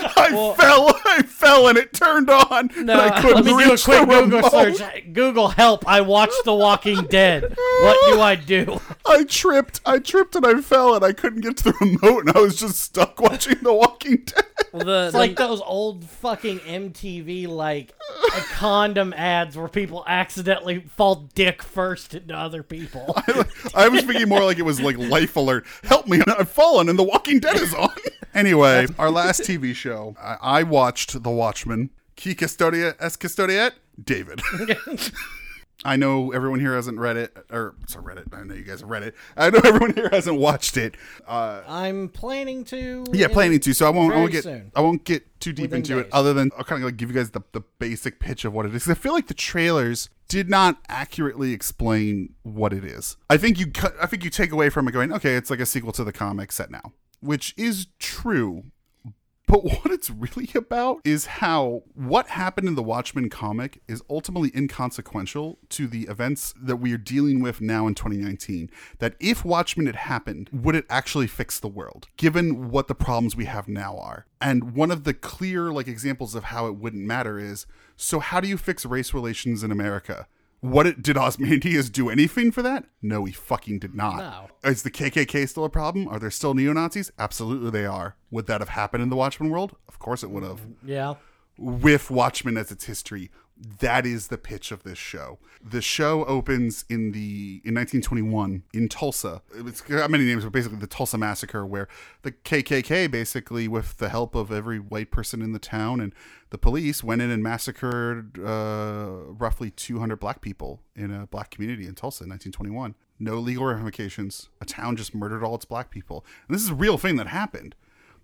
[SPEAKER 2] I fell, I fell, and it turned on, and I couldn't
[SPEAKER 3] Let me do a
[SPEAKER 2] reach
[SPEAKER 3] quick
[SPEAKER 2] the
[SPEAKER 3] Google
[SPEAKER 2] remote.
[SPEAKER 3] search. Google help. I watched The Walking Dead. What do I do?
[SPEAKER 2] I tripped, I tripped, and I fell, and I couldn't get to the remote, and I was just stuck watching The Walking Dead.
[SPEAKER 4] Well, the,
[SPEAKER 3] It's like those old fucking MTV like condom ads where people accidentally fall dick first into other people.
[SPEAKER 2] I was thinking more like it was like Life Alert. Help me! I've fallen, and The Walking Dead is on. Anyway, our last TV show, I, I watched The Watchmen. Key Custodia es Custodiet, David. I know everyone here hasn't read it, or sorry, read it. I know you guys have read it. I know everyone here hasn't watched it. Uh,
[SPEAKER 3] I'm planning to.
[SPEAKER 2] Yeah, planning to. So I won't. I
[SPEAKER 3] very
[SPEAKER 2] won't get.
[SPEAKER 3] soon.
[SPEAKER 2] I won't get too deep
[SPEAKER 3] Within
[SPEAKER 2] into it.
[SPEAKER 3] days.
[SPEAKER 2] Other than I'll kind of like give you guys the, the basic pitch of what it is. 'Cause I feel like the trailers did not accurately explain what it is. I think you. cut- I think you take away from it going, okay, it's like a sequel to the comic set now, which is true. But what it's really about is how what happened in the Watchmen comic is ultimately inconsequential to the events that we are dealing with now in 2019. That if Watchmen had happened, would it actually fix the world, given what the problems we have now are? And one of the clear like examples of how it wouldn't matter is so how do you fix race relations in America? What it, did Osmandius do anything for that? No, he fucking did not.
[SPEAKER 3] No.
[SPEAKER 2] Is the KKK still a problem? Are there still neo Nazis? Absolutely, they are. Would that have happened in the Watchmen world? Of course, it would have.
[SPEAKER 3] Yeah.
[SPEAKER 2] With Watchmen as its history, that is the pitch of this show. The show opens in the in 1921 in Tulsa. It's got many names, but basically the Tulsa massacre, where the KKK basically, with the help of every white person in the town and the police, went in and massacred uh, roughly 200 black people in a black community in Tulsa in 1921. No legal ramifications. A town just murdered all its black people, and this is a real thing that happened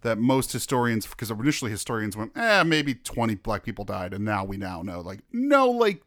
[SPEAKER 2] that most historians, because initially historians went, eh, maybe 20 black people died. And now we now know, like, no, like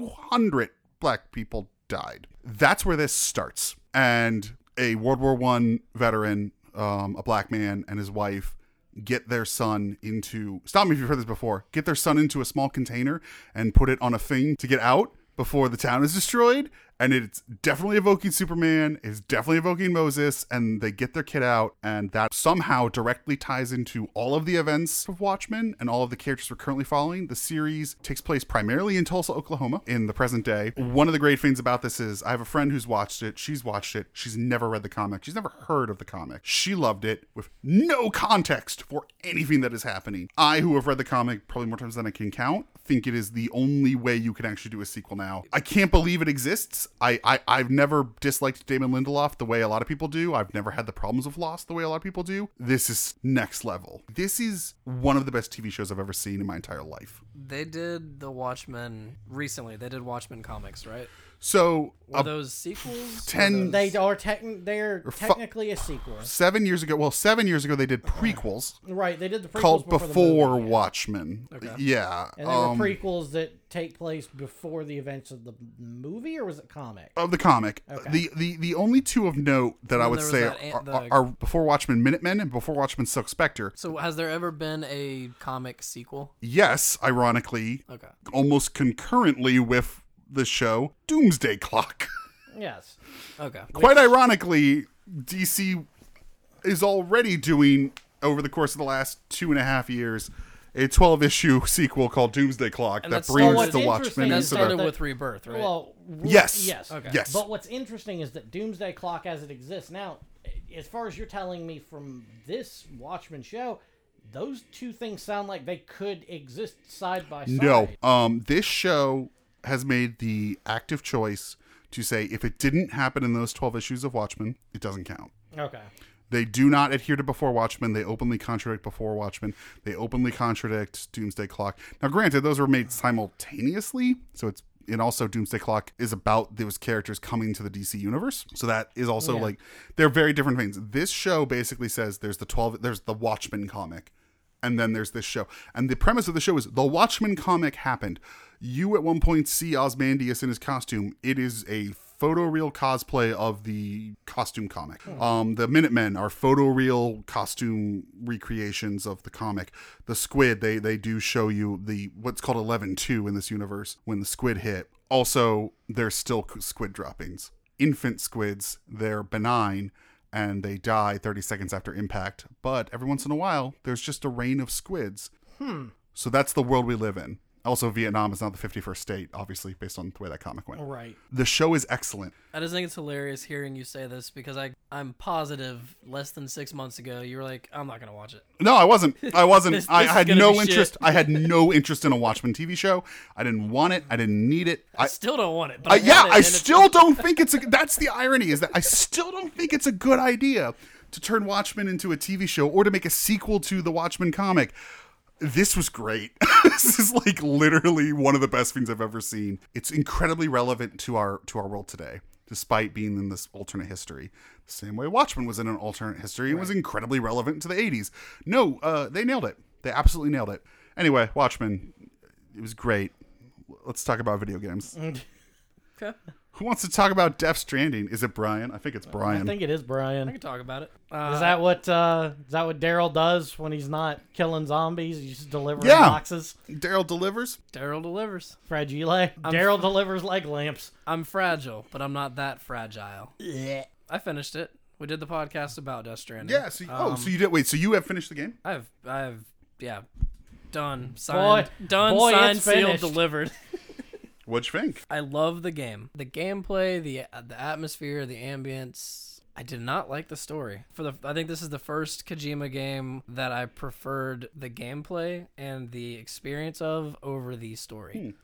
[SPEAKER 2] 200 black people died. That's where this starts. And a World War One veteran, um, a black man, and his wife get their son into, stop me if you've heard this before, get their son into a small container and put it on a thing to get out before the town is destroyed. And it's definitely evoking Superman, it's definitely evoking Moses, and they get their kid out. And that somehow directly ties into all of the events of Watchmen and all of the characters we're currently following. The series takes place primarily in Tulsa, Oklahoma, in the present day. One of the great things about this is I have a friend who's watched it. She's watched it. She's never read the comic. She's never heard of the comic. She loved it with no context for anything that is happening. I, who have read the comic probably more times than I can count, think it is the only way you can actually do a sequel now. I can't believe it exists. I, I I've never disliked Damon Lindelof the way a lot of people do. I've never had the problems of Lost the way a lot of people do. This is next level. This is one of the best TV shows I've ever seen in my entire life.
[SPEAKER 4] They did the Watchmen recently. They did Watchmen comics, right?
[SPEAKER 2] So
[SPEAKER 4] Were
[SPEAKER 2] uh,
[SPEAKER 4] those sequels? Were
[SPEAKER 2] ten-
[SPEAKER 4] those-
[SPEAKER 3] They are techn- they're
[SPEAKER 2] fu-
[SPEAKER 3] technically a sequel.
[SPEAKER 2] seven years ago, well, seven years ago they did prequels
[SPEAKER 3] Right. They did the prequels
[SPEAKER 2] called
[SPEAKER 3] before,
[SPEAKER 2] Before
[SPEAKER 3] the movie.
[SPEAKER 2] Watchmen. Yeah,
[SPEAKER 3] And there
[SPEAKER 2] um,
[SPEAKER 3] were prequels that take place before the events of the movie, or was it comic?
[SPEAKER 2] of the comic. The, the the only two of note that I
[SPEAKER 4] Well,
[SPEAKER 2] would
[SPEAKER 4] there was
[SPEAKER 2] say
[SPEAKER 4] that an-
[SPEAKER 2] are,
[SPEAKER 4] the-
[SPEAKER 2] are, are before Watchmen Minutemen and before Watchmen Silk Spectre.
[SPEAKER 4] So has there ever been a comic sequel?
[SPEAKER 2] Yes, ironically,
[SPEAKER 4] Okay.
[SPEAKER 2] almost concurrently with the show Doomsday Clock.
[SPEAKER 3] Yes.
[SPEAKER 4] Okay.
[SPEAKER 2] Quite ironically, DC is already doing over the course of the last two and a half years a 12 issue sequel called Doomsday Clock
[SPEAKER 4] And
[SPEAKER 2] that
[SPEAKER 4] that's still
[SPEAKER 2] brings
[SPEAKER 3] what's
[SPEAKER 2] the
[SPEAKER 3] interesting
[SPEAKER 2] Watchmen
[SPEAKER 4] That
[SPEAKER 3] is
[SPEAKER 2] into the
[SPEAKER 4] started
[SPEAKER 3] that-
[SPEAKER 4] with Rebirth, right?
[SPEAKER 3] Well, w-
[SPEAKER 2] Yes.
[SPEAKER 3] yes,
[SPEAKER 4] Okay.
[SPEAKER 2] Yes.
[SPEAKER 3] But what's interesting is that Doomsday Clock, as it exists now, as far as you're telling me from this Watchmen show, those two things sound like they could exist side by side.
[SPEAKER 2] No. Um, this show has made the active choice to say if it didn't happen in those 12 issues of Watchmen, it doesn't count.
[SPEAKER 3] Okay.
[SPEAKER 2] They do not adhere to Before Watchmen. They openly contradict Before Watchmen. They openly contradict Doomsday Clock. Now, granted, those were made simultaneously, so it's and also Doomsday Clock is about those characters coming to the DC universe. So that is also like they're very different things. This show basically says there's the twelve, there's the Watchmen comic, and then there's this show. And the premise of the show is the Watchmen comic happened. You at one point see Osmandius in his costume. It is a photoreal cosplay of the costume comic. Um, the Minutemen are photoreal costume recreations of the comic. The Squid, they they do show you the what's called 11-2 in this universe when the Squid hit. Also, there's still squid droppings. Infant squids, they're benign and they die 30 seconds after impact. But every once in a while, there's just a rain of squids. Hmm. So that's the world we live in. Also, Vietnam is not the 51st state, obviously, based on the way that comic went.
[SPEAKER 3] All right.
[SPEAKER 2] The show is excellent.
[SPEAKER 4] I just think it's hilarious hearing you say this because I I'm positive less than six months ago you were like I'm not gonna watch it.
[SPEAKER 2] No, I wasn't. I wasn't.
[SPEAKER 4] This-
[SPEAKER 2] I
[SPEAKER 4] this is
[SPEAKER 2] had
[SPEAKER 4] gonna
[SPEAKER 2] no
[SPEAKER 4] be shit.
[SPEAKER 2] interest. I had no interest in a Watchmen TV show. I didn't want it. I didn't need it.
[SPEAKER 4] I
[SPEAKER 2] I,
[SPEAKER 4] still don't want it. But
[SPEAKER 2] I,
[SPEAKER 4] I
[SPEAKER 2] Uh, yeah,
[SPEAKER 4] want it,
[SPEAKER 2] I
[SPEAKER 4] and it's-
[SPEAKER 2] still don't think it's a. That's the irony is that I still don't think it's a good idea to turn Watchmen into a TV show or to make a sequel to the Watchmen comic. This was great. this is like literally one of the best things I've ever seen. It's incredibly relevant to our to our world today, despite being in this alternate history. The same way Watchmen was in an alternate history and was incredibly relevant to the 80s. No, uh, they nailed it. They absolutely nailed it. Anyway, Watchmen, it was great. Let's talk about video games.
[SPEAKER 4] Okay.
[SPEAKER 2] Who wants to talk about Death Stranding? Is it Brian? I think it's Brian.
[SPEAKER 3] I think it is Brian.
[SPEAKER 4] We can talk about it.
[SPEAKER 3] Is
[SPEAKER 4] Uh,
[SPEAKER 3] that what uh, is that what Daryl does when he's not killing zombies? He's just delivering
[SPEAKER 2] Yeah.
[SPEAKER 3] boxes.
[SPEAKER 2] Daryl delivers.
[SPEAKER 4] Daryl delivers.
[SPEAKER 3] Fragile. Daryl delivers leg lamps.
[SPEAKER 4] I'm fragile, but I'm not that fragile. I finished it. We did the podcast about Death Stranding.
[SPEAKER 2] Yeah. So you, oh,
[SPEAKER 4] Um,
[SPEAKER 2] so you did. Wait. So you have finished the game?
[SPEAKER 4] I've I've yeah, done signed,
[SPEAKER 3] Boy-
[SPEAKER 4] done
[SPEAKER 3] boy,
[SPEAKER 4] signed,
[SPEAKER 3] it's
[SPEAKER 4] sealed,
[SPEAKER 3] finished.
[SPEAKER 4] delivered.
[SPEAKER 2] What'd you think?
[SPEAKER 4] I love the game. The gameplay, the uh, the atmosphere, the ambience. I did not like the story. For the I think this is the first Kojima game that I preferred the gameplay and the experience of over the story.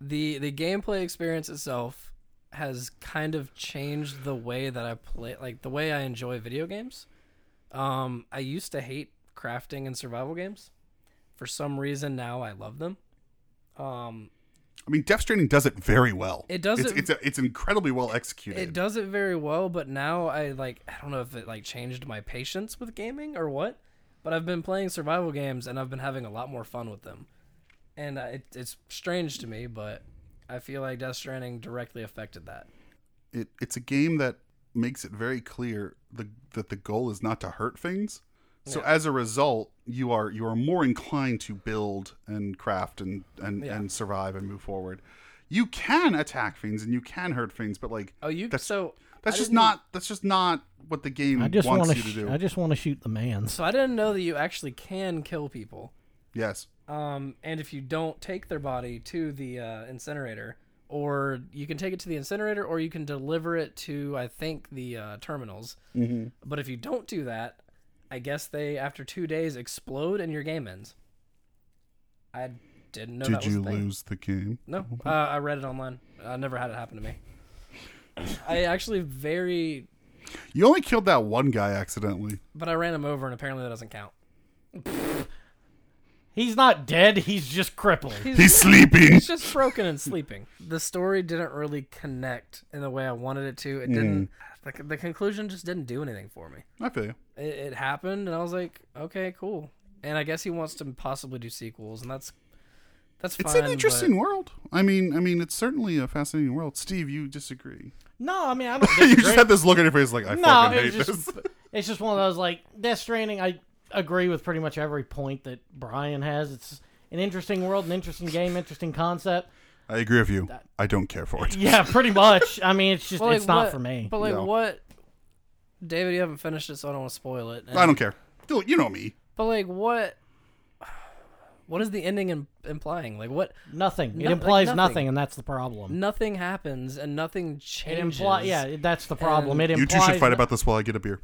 [SPEAKER 4] The the gameplay experience itself has kind of changed the way that I play like the way I enjoy video games. Um I used to hate crafting and survival games. For some reason now I love them. Um
[SPEAKER 2] I mean, Death Stranding does it very well.
[SPEAKER 4] It does
[SPEAKER 2] It's
[SPEAKER 4] it-
[SPEAKER 2] it's, a, it's incredibly well executed.
[SPEAKER 4] It does it very well, but now I like I don't know if it like changed my patience with gaming or what, but I've been playing survival games and I've been having a lot more fun with them, and uh, it, it's strange to me, but I feel like Death Stranding directly affected that.
[SPEAKER 2] It, it's a game that makes it very clear the, that the goal is not to hurt things. So as a result, you are you are more inclined to build and craft and and,
[SPEAKER 4] Yeah.
[SPEAKER 2] and survive and move forward. You can attack things and you can hurt things, but like
[SPEAKER 4] Oh, you
[SPEAKER 2] That's-
[SPEAKER 4] so
[SPEAKER 2] that's
[SPEAKER 4] I
[SPEAKER 2] just
[SPEAKER 4] didn't-
[SPEAKER 2] not that's just not what the game
[SPEAKER 3] I just
[SPEAKER 2] wants
[SPEAKER 3] want
[SPEAKER 2] you to do.
[SPEAKER 3] to. I just want to shoot the man's.
[SPEAKER 4] so I didn't know that you actually can kill people,
[SPEAKER 2] yes.
[SPEAKER 4] um, and if you don't take their body to the uh, incinerator. Or you can take it to the incinerator, or you can deliver it to, I think, the uh, terminals.
[SPEAKER 2] Mm-hmm.
[SPEAKER 4] But if you don't do that, I guess they after two days explode and your game ends. I didn't know. that
[SPEAKER 2] Did
[SPEAKER 4] was
[SPEAKER 2] you
[SPEAKER 4] a thing.
[SPEAKER 2] lose the game?
[SPEAKER 4] No, uh, I read it online. I never had it happen to me. I actually very,
[SPEAKER 2] You only killed that one guy accidentally.
[SPEAKER 4] but I ran him over, and apparently that doesn't count.
[SPEAKER 3] He's not dead. He's just crippled.
[SPEAKER 2] He's sleeping.
[SPEAKER 4] He's just broken and sleeping. The story didn't really connect in the way I wanted it to. It
[SPEAKER 2] Mm.
[SPEAKER 4] didn't. The, the conclusion just didn't do anything for me.
[SPEAKER 2] I feel you.
[SPEAKER 4] It, it happened, and I was like, okay, cool. And I guess he wants to possibly do sequels, and that's That's fine.
[SPEAKER 2] It's an
[SPEAKER 4] but-
[SPEAKER 2] interesting world. I mean, I mean, it's certainly a fascinating world. Steve, you disagree?
[SPEAKER 3] No, I mean I don't.
[SPEAKER 2] you
[SPEAKER 3] disagree.
[SPEAKER 2] just had this look on your face, like I
[SPEAKER 3] no,
[SPEAKER 2] fucking hate
[SPEAKER 3] it's just
[SPEAKER 2] this.
[SPEAKER 3] it's just one of those like Death Stranding. I agree with pretty much every point that Brian has. It's an interesting world, an interesting game, interesting concept.
[SPEAKER 2] I agree with you. I don't care for it.
[SPEAKER 3] Yeah, pretty much. I mean, it's just
[SPEAKER 4] Well, like,
[SPEAKER 3] it's not
[SPEAKER 4] what-
[SPEAKER 3] for me.
[SPEAKER 4] But like
[SPEAKER 2] No.
[SPEAKER 4] what? David, you haven't finished it, so I don't want to spoil it. And-
[SPEAKER 2] I don't care. Dude, You know me.
[SPEAKER 4] But like what? What is the ending im- implying? Like what?
[SPEAKER 3] nothing.
[SPEAKER 4] No-
[SPEAKER 3] it
[SPEAKER 4] like
[SPEAKER 3] implies
[SPEAKER 4] nothing.
[SPEAKER 3] nothing. and that's the problem.
[SPEAKER 4] Nothing happens and nothing
[SPEAKER 3] It
[SPEAKER 4] changes.
[SPEAKER 3] implies, yeah, that's the problem. It
[SPEAKER 2] You
[SPEAKER 3] implies
[SPEAKER 2] two should fight about this while I get a beer.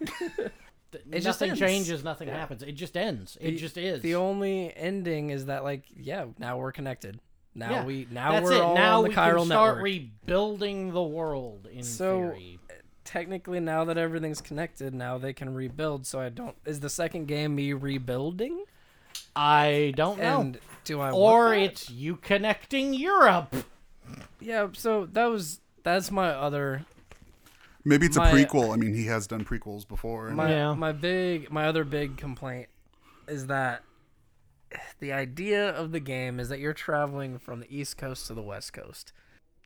[SPEAKER 3] it
[SPEAKER 4] just
[SPEAKER 3] nothing
[SPEAKER 4] ends.
[SPEAKER 3] changes, nothing happens. It just ends. It
[SPEAKER 4] The-
[SPEAKER 3] just is.
[SPEAKER 4] The only ending is that like yeah, now we're connected. Now
[SPEAKER 3] Yeah,
[SPEAKER 4] we now
[SPEAKER 3] that's
[SPEAKER 4] we're
[SPEAKER 3] it.
[SPEAKER 4] all
[SPEAKER 3] now
[SPEAKER 4] on the
[SPEAKER 3] we
[SPEAKER 4] chiral
[SPEAKER 3] can start
[SPEAKER 4] network.
[SPEAKER 3] rebuilding the world in
[SPEAKER 4] So-
[SPEAKER 3] theory.
[SPEAKER 4] Technically, now that everything's connected, now they can rebuild. So I don't. Is the second game me rebuilding?
[SPEAKER 3] I don't know.
[SPEAKER 4] And do I?
[SPEAKER 3] or
[SPEAKER 4] want that?
[SPEAKER 3] it's you connecting Europe.
[SPEAKER 4] yeah. So that was that's my other
[SPEAKER 2] Maybe it's
[SPEAKER 4] My-
[SPEAKER 2] a prequel. I mean, he has done prequels before. and-
[SPEAKER 4] my
[SPEAKER 3] Yeah.
[SPEAKER 4] my big my other big complaint is that the idea of the game is that you're traveling from the east coast to the west coast.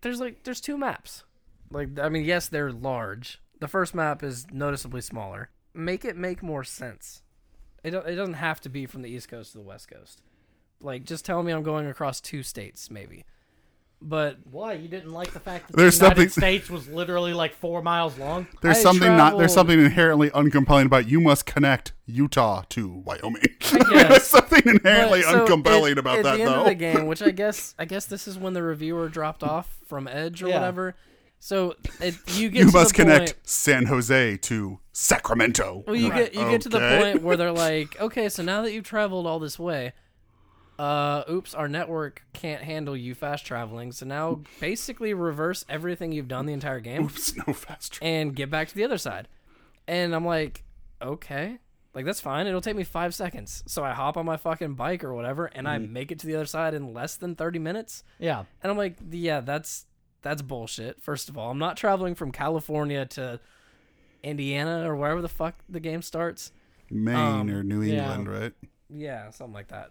[SPEAKER 4] There's like there's two maps. Like I mean, yes, they're large. The first map is noticeably smaller. Make it make more sense. It don't- it doesn't have to be from the east coast to the west coast. Like just tell me I'm going across two states maybe. But
[SPEAKER 3] Why you didn't like the fact that
[SPEAKER 2] There's
[SPEAKER 3] the United
[SPEAKER 2] something-
[SPEAKER 3] States was literally like four miles long?
[SPEAKER 2] there's
[SPEAKER 4] I
[SPEAKER 2] something not. There's
[SPEAKER 4] traveled-
[SPEAKER 2] something inherently uncompelling about you must connect Utah to Wyoming. there's
[SPEAKER 4] guess.
[SPEAKER 2] something inherently
[SPEAKER 4] But, so,
[SPEAKER 2] uncompelling
[SPEAKER 4] at-
[SPEAKER 2] about
[SPEAKER 4] at
[SPEAKER 2] that,
[SPEAKER 4] the end
[SPEAKER 2] though.
[SPEAKER 4] Of the game, which I guess I guess this is when the reviewer dropped off from Edge or
[SPEAKER 3] Yeah.
[SPEAKER 4] whatever. So it, you get
[SPEAKER 2] you
[SPEAKER 4] to
[SPEAKER 2] must
[SPEAKER 4] the
[SPEAKER 2] connect
[SPEAKER 4] Point,
[SPEAKER 2] San Jose to Sacramento.
[SPEAKER 4] well, you get you get to the
[SPEAKER 2] Okay.
[SPEAKER 4] point where they're like, okay, so now that you've traveled all this way, uh, oops, our network can't handle you fast traveling. So now basically reverse everything you've done the entire game
[SPEAKER 2] Oops, no fast travel.
[SPEAKER 4] and get back to the other side. And I'm like, okay. Like that's fine. It'll take me five seconds. So I hop on my fucking bike or whatever, and I
[SPEAKER 2] Mm-hmm.
[SPEAKER 4] make it to the other side in less than thirty minutes.
[SPEAKER 3] Yeah,
[SPEAKER 4] And I'm like, yeah, that's that's bullshit. First of all, I'm not traveling from California to Indiana or wherever the fuck the game starts.
[SPEAKER 2] Maine or
[SPEAKER 4] um,
[SPEAKER 2] New
[SPEAKER 3] yeah.
[SPEAKER 2] England, right?
[SPEAKER 4] Yeah, something like that.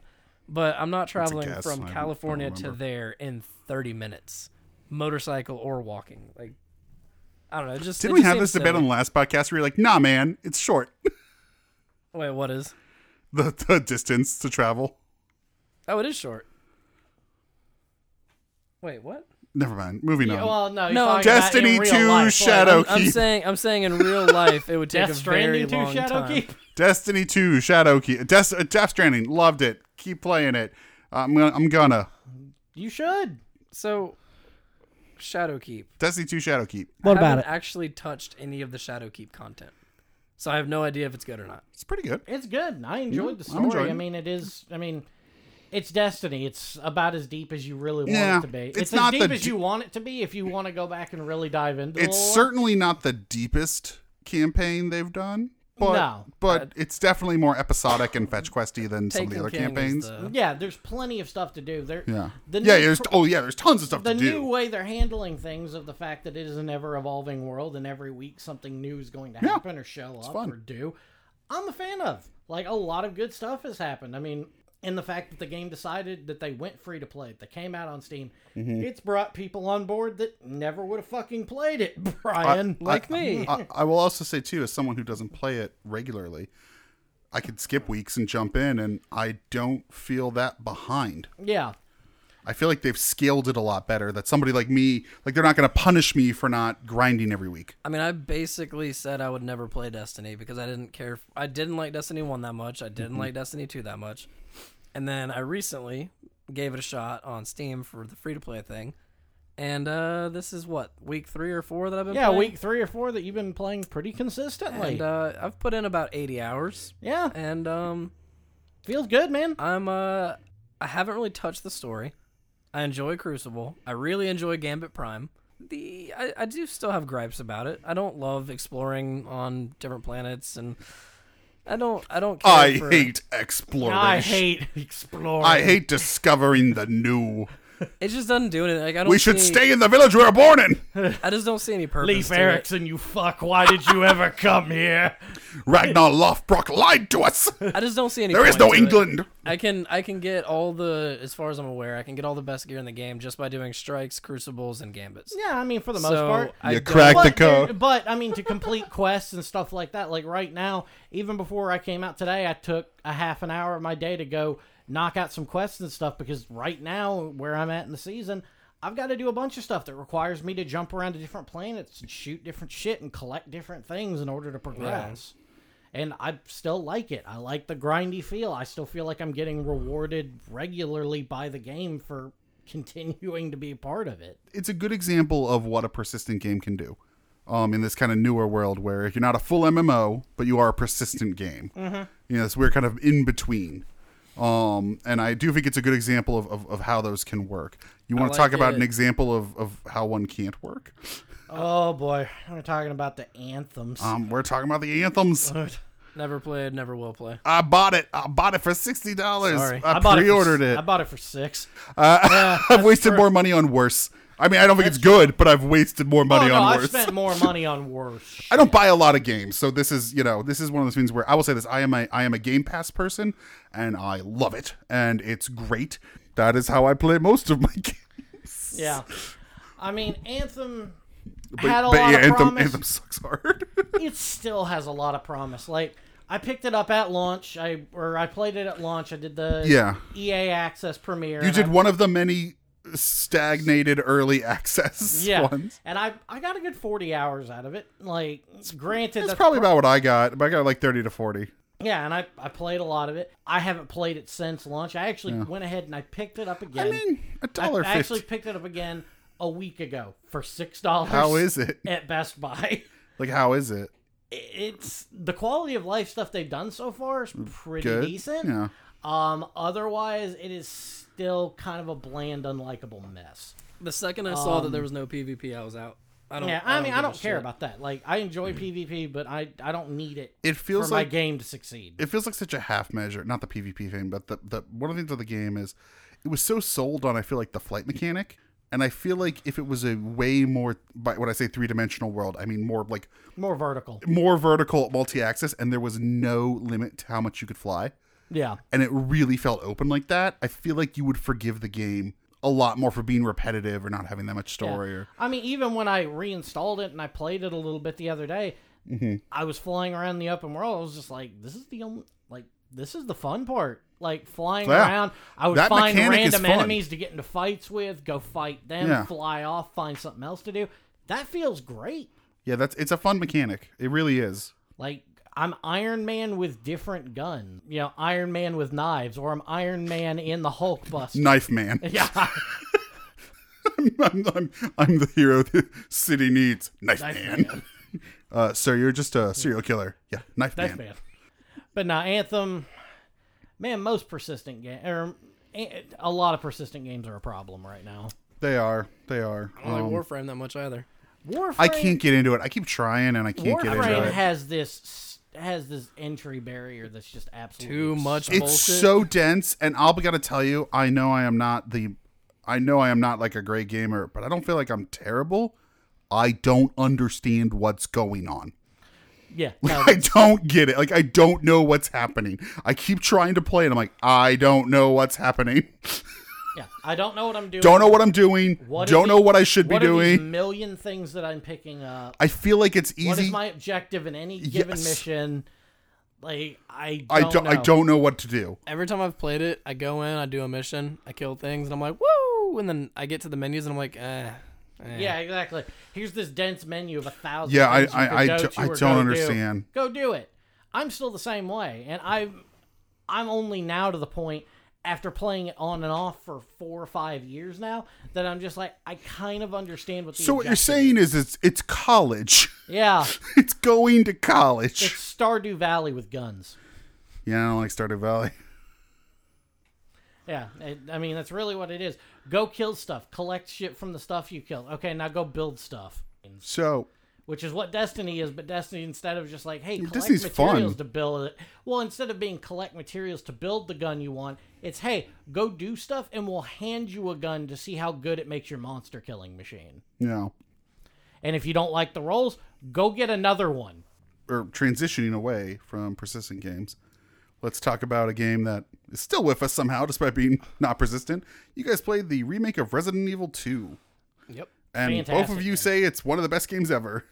[SPEAKER 4] But I'm not traveling
[SPEAKER 2] guess, I
[SPEAKER 4] from
[SPEAKER 2] don't
[SPEAKER 4] California to
[SPEAKER 2] remember.
[SPEAKER 4] there in 30 minutes, motorcycle or walking. Like, I don't know. it Just
[SPEAKER 2] Didn't we
[SPEAKER 4] it just
[SPEAKER 2] have this
[SPEAKER 4] seems
[SPEAKER 2] debate on the
[SPEAKER 4] silly.
[SPEAKER 2] last podcast where you're like, nah, man, it's short.
[SPEAKER 4] Wait, what is?
[SPEAKER 2] the, the distance to travel.
[SPEAKER 4] Oh, it is short. Wait, what?
[SPEAKER 2] Never mind. Moving on.
[SPEAKER 3] Well, no, you're
[SPEAKER 4] No,
[SPEAKER 3] talking
[SPEAKER 2] Destiny
[SPEAKER 3] about in real
[SPEAKER 2] 2
[SPEAKER 3] life, like,
[SPEAKER 2] Shadow-
[SPEAKER 4] I'm
[SPEAKER 2] Keep.
[SPEAKER 4] saying, I'm saying in real life, it would take
[SPEAKER 3] Death
[SPEAKER 4] a very
[SPEAKER 3] Stranding
[SPEAKER 4] long
[SPEAKER 3] to Shadow
[SPEAKER 4] time.
[SPEAKER 3] Keep.
[SPEAKER 2] Destiny 2, Shadow Key. Des- uh, Death Stranding, loved it. Keep playing it. I'm gonna, I'm gonna.
[SPEAKER 3] You should.
[SPEAKER 4] So, Shadow Keep.
[SPEAKER 2] Destiny 2, Shadow Keep.
[SPEAKER 3] What
[SPEAKER 4] I haven't actually touched any of the Shadow Keep content, so I have no idea if it's good or not.
[SPEAKER 2] It's pretty good.
[SPEAKER 3] It's good. I enjoyed the
[SPEAKER 2] I'm enjoying
[SPEAKER 3] story. I
[SPEAKER 2] it.
[SPEAKER 3] mean, it is. I mean, it's Destiny. It's about as deep as you really want
[SPEAKER 2] Yeah,
[SPEAKER 3] it to be.
[SPEAKER 2] it's
[SPEAKER 3] It's, as
[SPEAKER 2] not the
[SPEAKER 3] deep as
[SPEAKER 2] d-
[SPEAKER 3] you want it to be. If you want to go back and really dive into
[SPEAKER 2] It's
[SPEAKER 3] the lore.
[SPEAKER 2] certainly not the deepest campaign they've done, but
[SPEAKER 3] No.
[SPEAKER 2] but it's definitely more episodic and fetch questy than some of the
[SPEAKER 4] Taken
[SPEAKER 2] other
[SPEAKER 4] King is
[SPEAKER 2] campaigns. Mm-hmm.
[SPEAKER 4] the-
[SPEAKER 3] Yeah, there's plenty of stuff to do. There.
[SPEAKER 2] Yeah.
[SPEAKER 3] The
[SPEAKER 2] yeah,
[SPEAKER 3] new
[SPEAKER 2] there's
[SPEAKER 3] pr-
[SPEAKER 2] oh yeah, there's tons of stuff
[SPEAKER 3] the
[SPEAKER 2] to
[SPEAKER 3] new
[SPEAKER 2] do.
[SPEAKER 3] way they're handling things of the fact that it is an ever evolving world and every week something new is going to
[SPEAKER 2] Yeah.
[SPEAKER 3] happen or show up
[SPEAKER 2] fun.
[SPEAKER 3] or do. I'm a fan of. Like a lot of good stuff has happened. I mean, and the fact that the game decided that they went free to play, that they came out on Steam,
[SPEAKER 2] Mm-hmm.
[SPEAKER 3] it's brought people on board that never would have fucking played it, Brian.
[SPEAKER 4] like me.
[SPEAKER 2] I, I will also say too, as someone who doesn't play it regularly, I could skip weeks and jump in, and I don't feel that behind.
[SPEAKER 3] yeah.
[SPEAKER 2] I feel like they've scaled it a lot better. That somebody like me, like they're not going to punish me for not grinding every week.
[SPEAKER 4] I mean, I basically said I would never play Destiny because I didn't care. f- I didn't like Destiny 1 that much. I
[SPEAKER 3] Mm-hmm.
[SPEAKER 4] didn't like Destiny 2 that much. And then I recently gave it a shot on Steam for the free to play thing. And uh, this is what, week three or four that I've been
[SPEAKER 3] Yeah,
[SPEAKER 4] playing?
[SPEAKER 3] week three or four that you've been playing pretty consistently.
[SPEAKER 4] And uh, I've put in about 80 hours.
[SPEAKER 3] yeah.
[SPEAKER 4] And um,
[SPEAKER 3] Feels good, man.
[SPEAKER 4] I'm uh I haven't really touched the story. I enjoy Crucible. I really enjoy Gambit Prime. The I, I do still have gripes about it. I don't love exploring on different planets and I don't I don't care
[SPEAKER 2] I
[SPEAKER 4] for,
[SPEAKER 2] hate exploration.
[SPEAKER 3] I hate exploring.
[SPEAKER 2] I hate discovering the new.
[SPEAKER 4] It just doesn't do anything. Like I don't.
[SPEAKER 2] We
[SPEAKER 4] see
[SPEAKER 2] should
[SPEAKER 4] any-
[SPEAKER 2] stay in the village we were born in.
[SPEAKER 4] I just don't see any purpose.
[SPEAKER 5] Leif
[SPEAKER 4] to it.
[SPEAKER 5] Erikson, you fuck! Why did you ever come here?
[SPEAKER 2] Ragnar Lothbrok lied to us.
[SPEAKER 4] I just don't see any.
[SPEAKER 2] There is
[SPEAKER 4] point
[SPEAKER 2] no
[SPEAKER 4] to it.
[SPEAKER 2] England.
[SPEAKER 4] I can I can get all the as far as I'm aware, I can get all the best gear in the game just by doing strikes, crucibles, and gambits.
[SPEAKER 3] Yeah, I mean for the most
[SPEAKER 4] So
[SPEAKER 3] part.
[SPEAKER 4] I
[SPEAKER 2] You
[SPEAKER 4] don't-
[SPEAKER 2] crack- Back to
[SPEAKER 3] but, there-
[SPEAKER 2] code.
[SPEAKER 3] but I mean to complete quests and stuff like that. Like right now, even before I came out today, I took a half an hour of my day to go knock out some quests and stuff because right now where I'm at in the season, I've got to do a bunch of stuff that requires me to jump around to different planets and shoot different shit and collect different things in order to progress. And I still like it. I like the grindy feel. I still feel like I'm getting rewarded regularly by the game for continuing to be a part of it.
[SPEAKER 2] It's a good example of what a persistent game can do. Um, in this kind of newer world where you're not a full MMO, but you are a persistent game.
[SPEAKER 4] Mm-hmm.
[SPEAKER 2] You know, this weird kind of in between. Um, and I do think it's a good example of, of, of how those can work. You want to talk
[SPEAKER 4] like
[SPEAKER 2] about
[SPEAKER 4] it.
[SPEAKER 2] an example of, of how one can't work?
[SPEAKER 3] Oh boy, we're talking about the anthems.
[SPEAKER 2] Um, we're talking about the anthems.
[SPEAKER 4] Uh-huh. Never played, never will play.
[SPEAKER 2] I bought it. I bought it for sixty dollars.
[SPEAKER 4] Sorry.
[SPEAKER 2] I,
[SPEAKER 3] bought
[SPEAKER 2] pre-ordered
[SPEAKER 3] for,
[SPEAKER 2] it. Uh,
[SPEAKER 3] I bought it for six.
[SPEAKER 2] I've wasted more money on worse. I mean, I don't think it's good, but I've wasted more money
[SPEAKER 3] oh, no,
[SPEAKER 2] on
[SPEAKER 3] I
[SPEAKER 2] worse.
[SPEAKER 3] spent more money on worse.
[SPEAKER 2] I don't buy a lot of games, so this is you know this is one of those things where I will say this: I am a I am a Game Pass person, and I love it, and it's great. That is how I play most of my games.
[SPEAKER 3] yeah, I mean Anthem
[SPEAKER 2] But,
[SPEAKER 3] had a
[SPEAKER 2] but
[SPEAKER 3] lot
[SPEAKER 2] yeah,
[SPEAKER 3] of
[SPEAKER 2] Anthem,
[SPEAKER 3] promise.
[SPEAKER 2] Anthem sucks hard.
[SPEAKER 3] It still has a lot of promise. Like I picked it up at launch. I or I played it at launch. I did the
[SPEAKER 2] Yeah.
[SPEAKER 3] EA Access premiere.
[SPEAKER 2] you
[SPEAKER 3] and
[SPEAKER 2] did
[SPEAKER 3] I-
[SPEAKER 2] one of the many stagnated early access
[SPEAKER 3] Yeah,
[SPEAKER 2] ones.
[SPEAKER 3] and I I got a good forty hours out of it. Like, granted,
[SPEAKER 2] That's
[SPEAKER 3] that's
[SPEAKER 2] probably about what I got. But I got like thirty to forty.
[SPEAKER 3] Yeah, and I, I played a lot of it. I haven't played it since launch. I actually went ahead and I picked it up again.
[SPEAKER 2] I mean, a
[SPEAKER 3] I,
[SPEAKER 2] dollar
[SPEAKER 3] I actually
[SPEAKER 2] fifty.
[SPEAKER 3] picked it up again a week ago for six dollars.
[SPEAKER 2] How is it?
[SPEAKER 3] at Best Buy?
[SPEAKER 2] Like, how is it?
[SPEAKER 3] It's the quality of life stuff they've done so far is pretty
[SPEAKER 2] Mm, Good.
[SPEAKER 3] decent.
[SPEAKER 2] Yeah.
[SPEAKER 3] Um, otherwise, it is still kind of a bland, unlikable mess.
[SPEAKER 4] The second I saw that there was no PvP, I was out. Oh, I don't.
[SPEAKER 3] Um, Yeah, I, mean,
[SPEAKER 4] give
[SPEAKER 3] I
[SPEAKER 4] a
[SPEAKER 3] don't care
[SPEAKER 4] shit.
[SPEAKER 3] about that. Like, I enjoy PvP, but I I don't need it.
[SPEAKER 2] Mm. It feels
[SPEAKER 3] for
[SPEAKER 2] like-
[SPEAKER 3] my game to succeed.
[SPEAKER 2] it feels like such a half measure not the pvp thing but the, the one of the things of the game is it was so sold on i feel like the flight mechanic and i feel like if it was a way more by when i say three-dimensional world i mean more like
[SPEAKER 3] More vertical.
[SPEAKER 2] more vertical multi-axis and there was no limit to how much you could fly
[SPEAKER 3] Yeah.
[SPEAKER 2] and it really felt open like that i feel like you would forgive the game a lot more for being repetitive or not having that much
[SPEAKER 3] Yeah.
[SPEAKER 2] story or
[SPEAKER 3] I mean, even when I reinstalled it and I played it a little bit the other day,
[SPEAKER 2] Mm-hmm.
[SPEAKER 3] I was flying around the open world. I was just like, this is the only, like, this is the fun part. Like flying
[SPEAKER 2] Yeah.
[SPEAKER 3] around, I would
[SPEAKER 2] That
[SPEAKER 3] find
[SPEAKER 2] mechanic is
[SPEAKER 3] random
[SPEAKER 2] fun.
[SPEAKER 3] enemies to get into fights with, go fight them,
[SPEAKER 2] Yeah.
[SPEAKER 3] fly off, find something else to do. That feels great.
[SPEAKER 2] yeah that's it's a fun mechanic it really is
[SPEAKER 3] Like I'm Iron Man with different guns, you know, Iron Man with knives, or I'm Iron Man in the Hulk bust.
[SPEAKER 2] knife man
[SPEAKER 3] Yeah,
[SPEAKER 2] I'm, I'm, I'm the hero the city needs. Knife, man. Uh, sir, you're just a serial killer. Yeah, knife,
[SPEAKER 3] That's
[SPEAKER 2] man.
[SPEAKER 3] bad. But now Anthem, man, most persistent game or a a lot of persistent games are a problem right now.
[SPEAKER 2] They are. They are.
[SPEAKER 4] I don't
[SPEAKER 2] Um,
[SPEAKER 4] like Warframe that much either.
[SPEAKER 3] Warframe.
[SPEAKER 2] I can't get into it. I keep trying and I can't get into
[SPEAKER 3] Warframe
[SPEAKER 2] it.
[SPEAKER 3] has this has this entry barrier that's just absolutely
[SPEAKER 4] Too much
[SPEAKER 2] it's
[SPEAKER 4] bullshit.
[SPEAKER 2] so dense, and I'll be gotta tell you, I know I am not the, I know I am not like a great gamer, but I don't feel like I'm terrible. I don't understand what's going on.
[SPEAKER 3] Yeah, no,
[SPEAKER 2] I don't get it. Like I don't know what's happening. I keep trying to play, and I'm like, I don't know what's happening.
[SPEAKER 3] yeah. I don't know what I'm doing.
[SPEAKER 2] don't know what I'm doing.
[SPEAKER 3] What are
[SPEAKER 2] don't
[SPEAKER 3] the-
[SPEAKER 2] know what I should be
[SPEAKER 3] what are these
[SPEAKER 2] doing.
[SPEAKER 3] million things that I'm picking up.
[SPEAKER 2] I feel like it's
[SPEAKER 3] What
[SPEAKER 2] easy.
[SPEAKER 3] is my objective in any given
[SPEAKER 2] Yes.
[SPEAKER 3] mission? Like I don't
[SPEAKER 2] I don't.
[SPEAKER 3] know.
[SPEAKER 2] I don't know what to do.
[SPEAKER 4] Every time I've played it, I go in, I do a mission, I kill things, and I'm like, woo! And then I get to the menus, and I'm like, eh. eh.
[SPEAKER 3] Yeah, exactly. Here's this dense menu of a thousand.
[SPEAKER 2] Yeah, I-
[SPEAKER 3] things you
[SPEAKER 2] I-
[SPEAKER 3] could
[SPEAKER 2] I
[SPEAKER 3] go
[SPEAKER 2] do-
[SPEAKER 3] to
[SPEAKER 2] I
[SPEAKER 3] or
[SPEAKER 2] don't
[SPEAKER 3] go
[SPEAKER 2] understand.
[SPEAKER 3] Do. Go do it. I'm still the same way, and I'm I'm only now to the point after playing it on and off for four or five years now that I'm just like I kind of understand what. The
[SPEAKER 2] So what you're
[SPEAKER 3] objective
[SPEAKER 2] saying is it's it's college.
[SPEAKER 3] is. Yeah,
[SPEAKER 2] it's going to college.
[SPEAKER 3] it's Stardew Valley with guns.
[SPEAKER 2] yeah, I don't like Stardew Valley.
[SPEAKER 3] Yeah, it, I mean that's really what it is. Go kill stuff, collect shit from the stuff you killed. Okay, now go build stuff.
[SPEAKER 2] So
[SPEAKER 3] which is what Destiny is. But Destiny, instead of just like, hey, collect
[SPEAKER 2] Destiny's
[SPEAKER 3] materials
[SPEAKER 2] fun.
[SPEAKER 3] to build it. Well, instead of being collect materials to build the gun you want, it's hey, go do stuff, and we'll hand you a gun to see how good it makes your monster killing machine.
[SPEAKER 2] Yeah.
[SPEAKER 3] And if you don't like the rolls, go get another one.
[SPEAKER 2] or transitioning away from persistent games, let's talk about a game that is still with us somehow, despite being not persistent. You guys played the remake of Resident Evil 2,
[SPEAKER 4] Yep.
[SPEAKER 2] and
[SPEAKER 3] Fantastic
[SPEAKER 2] both of you
[SPEAKER 3] game.
[SPEAKER 2] say it's one of the best games ever,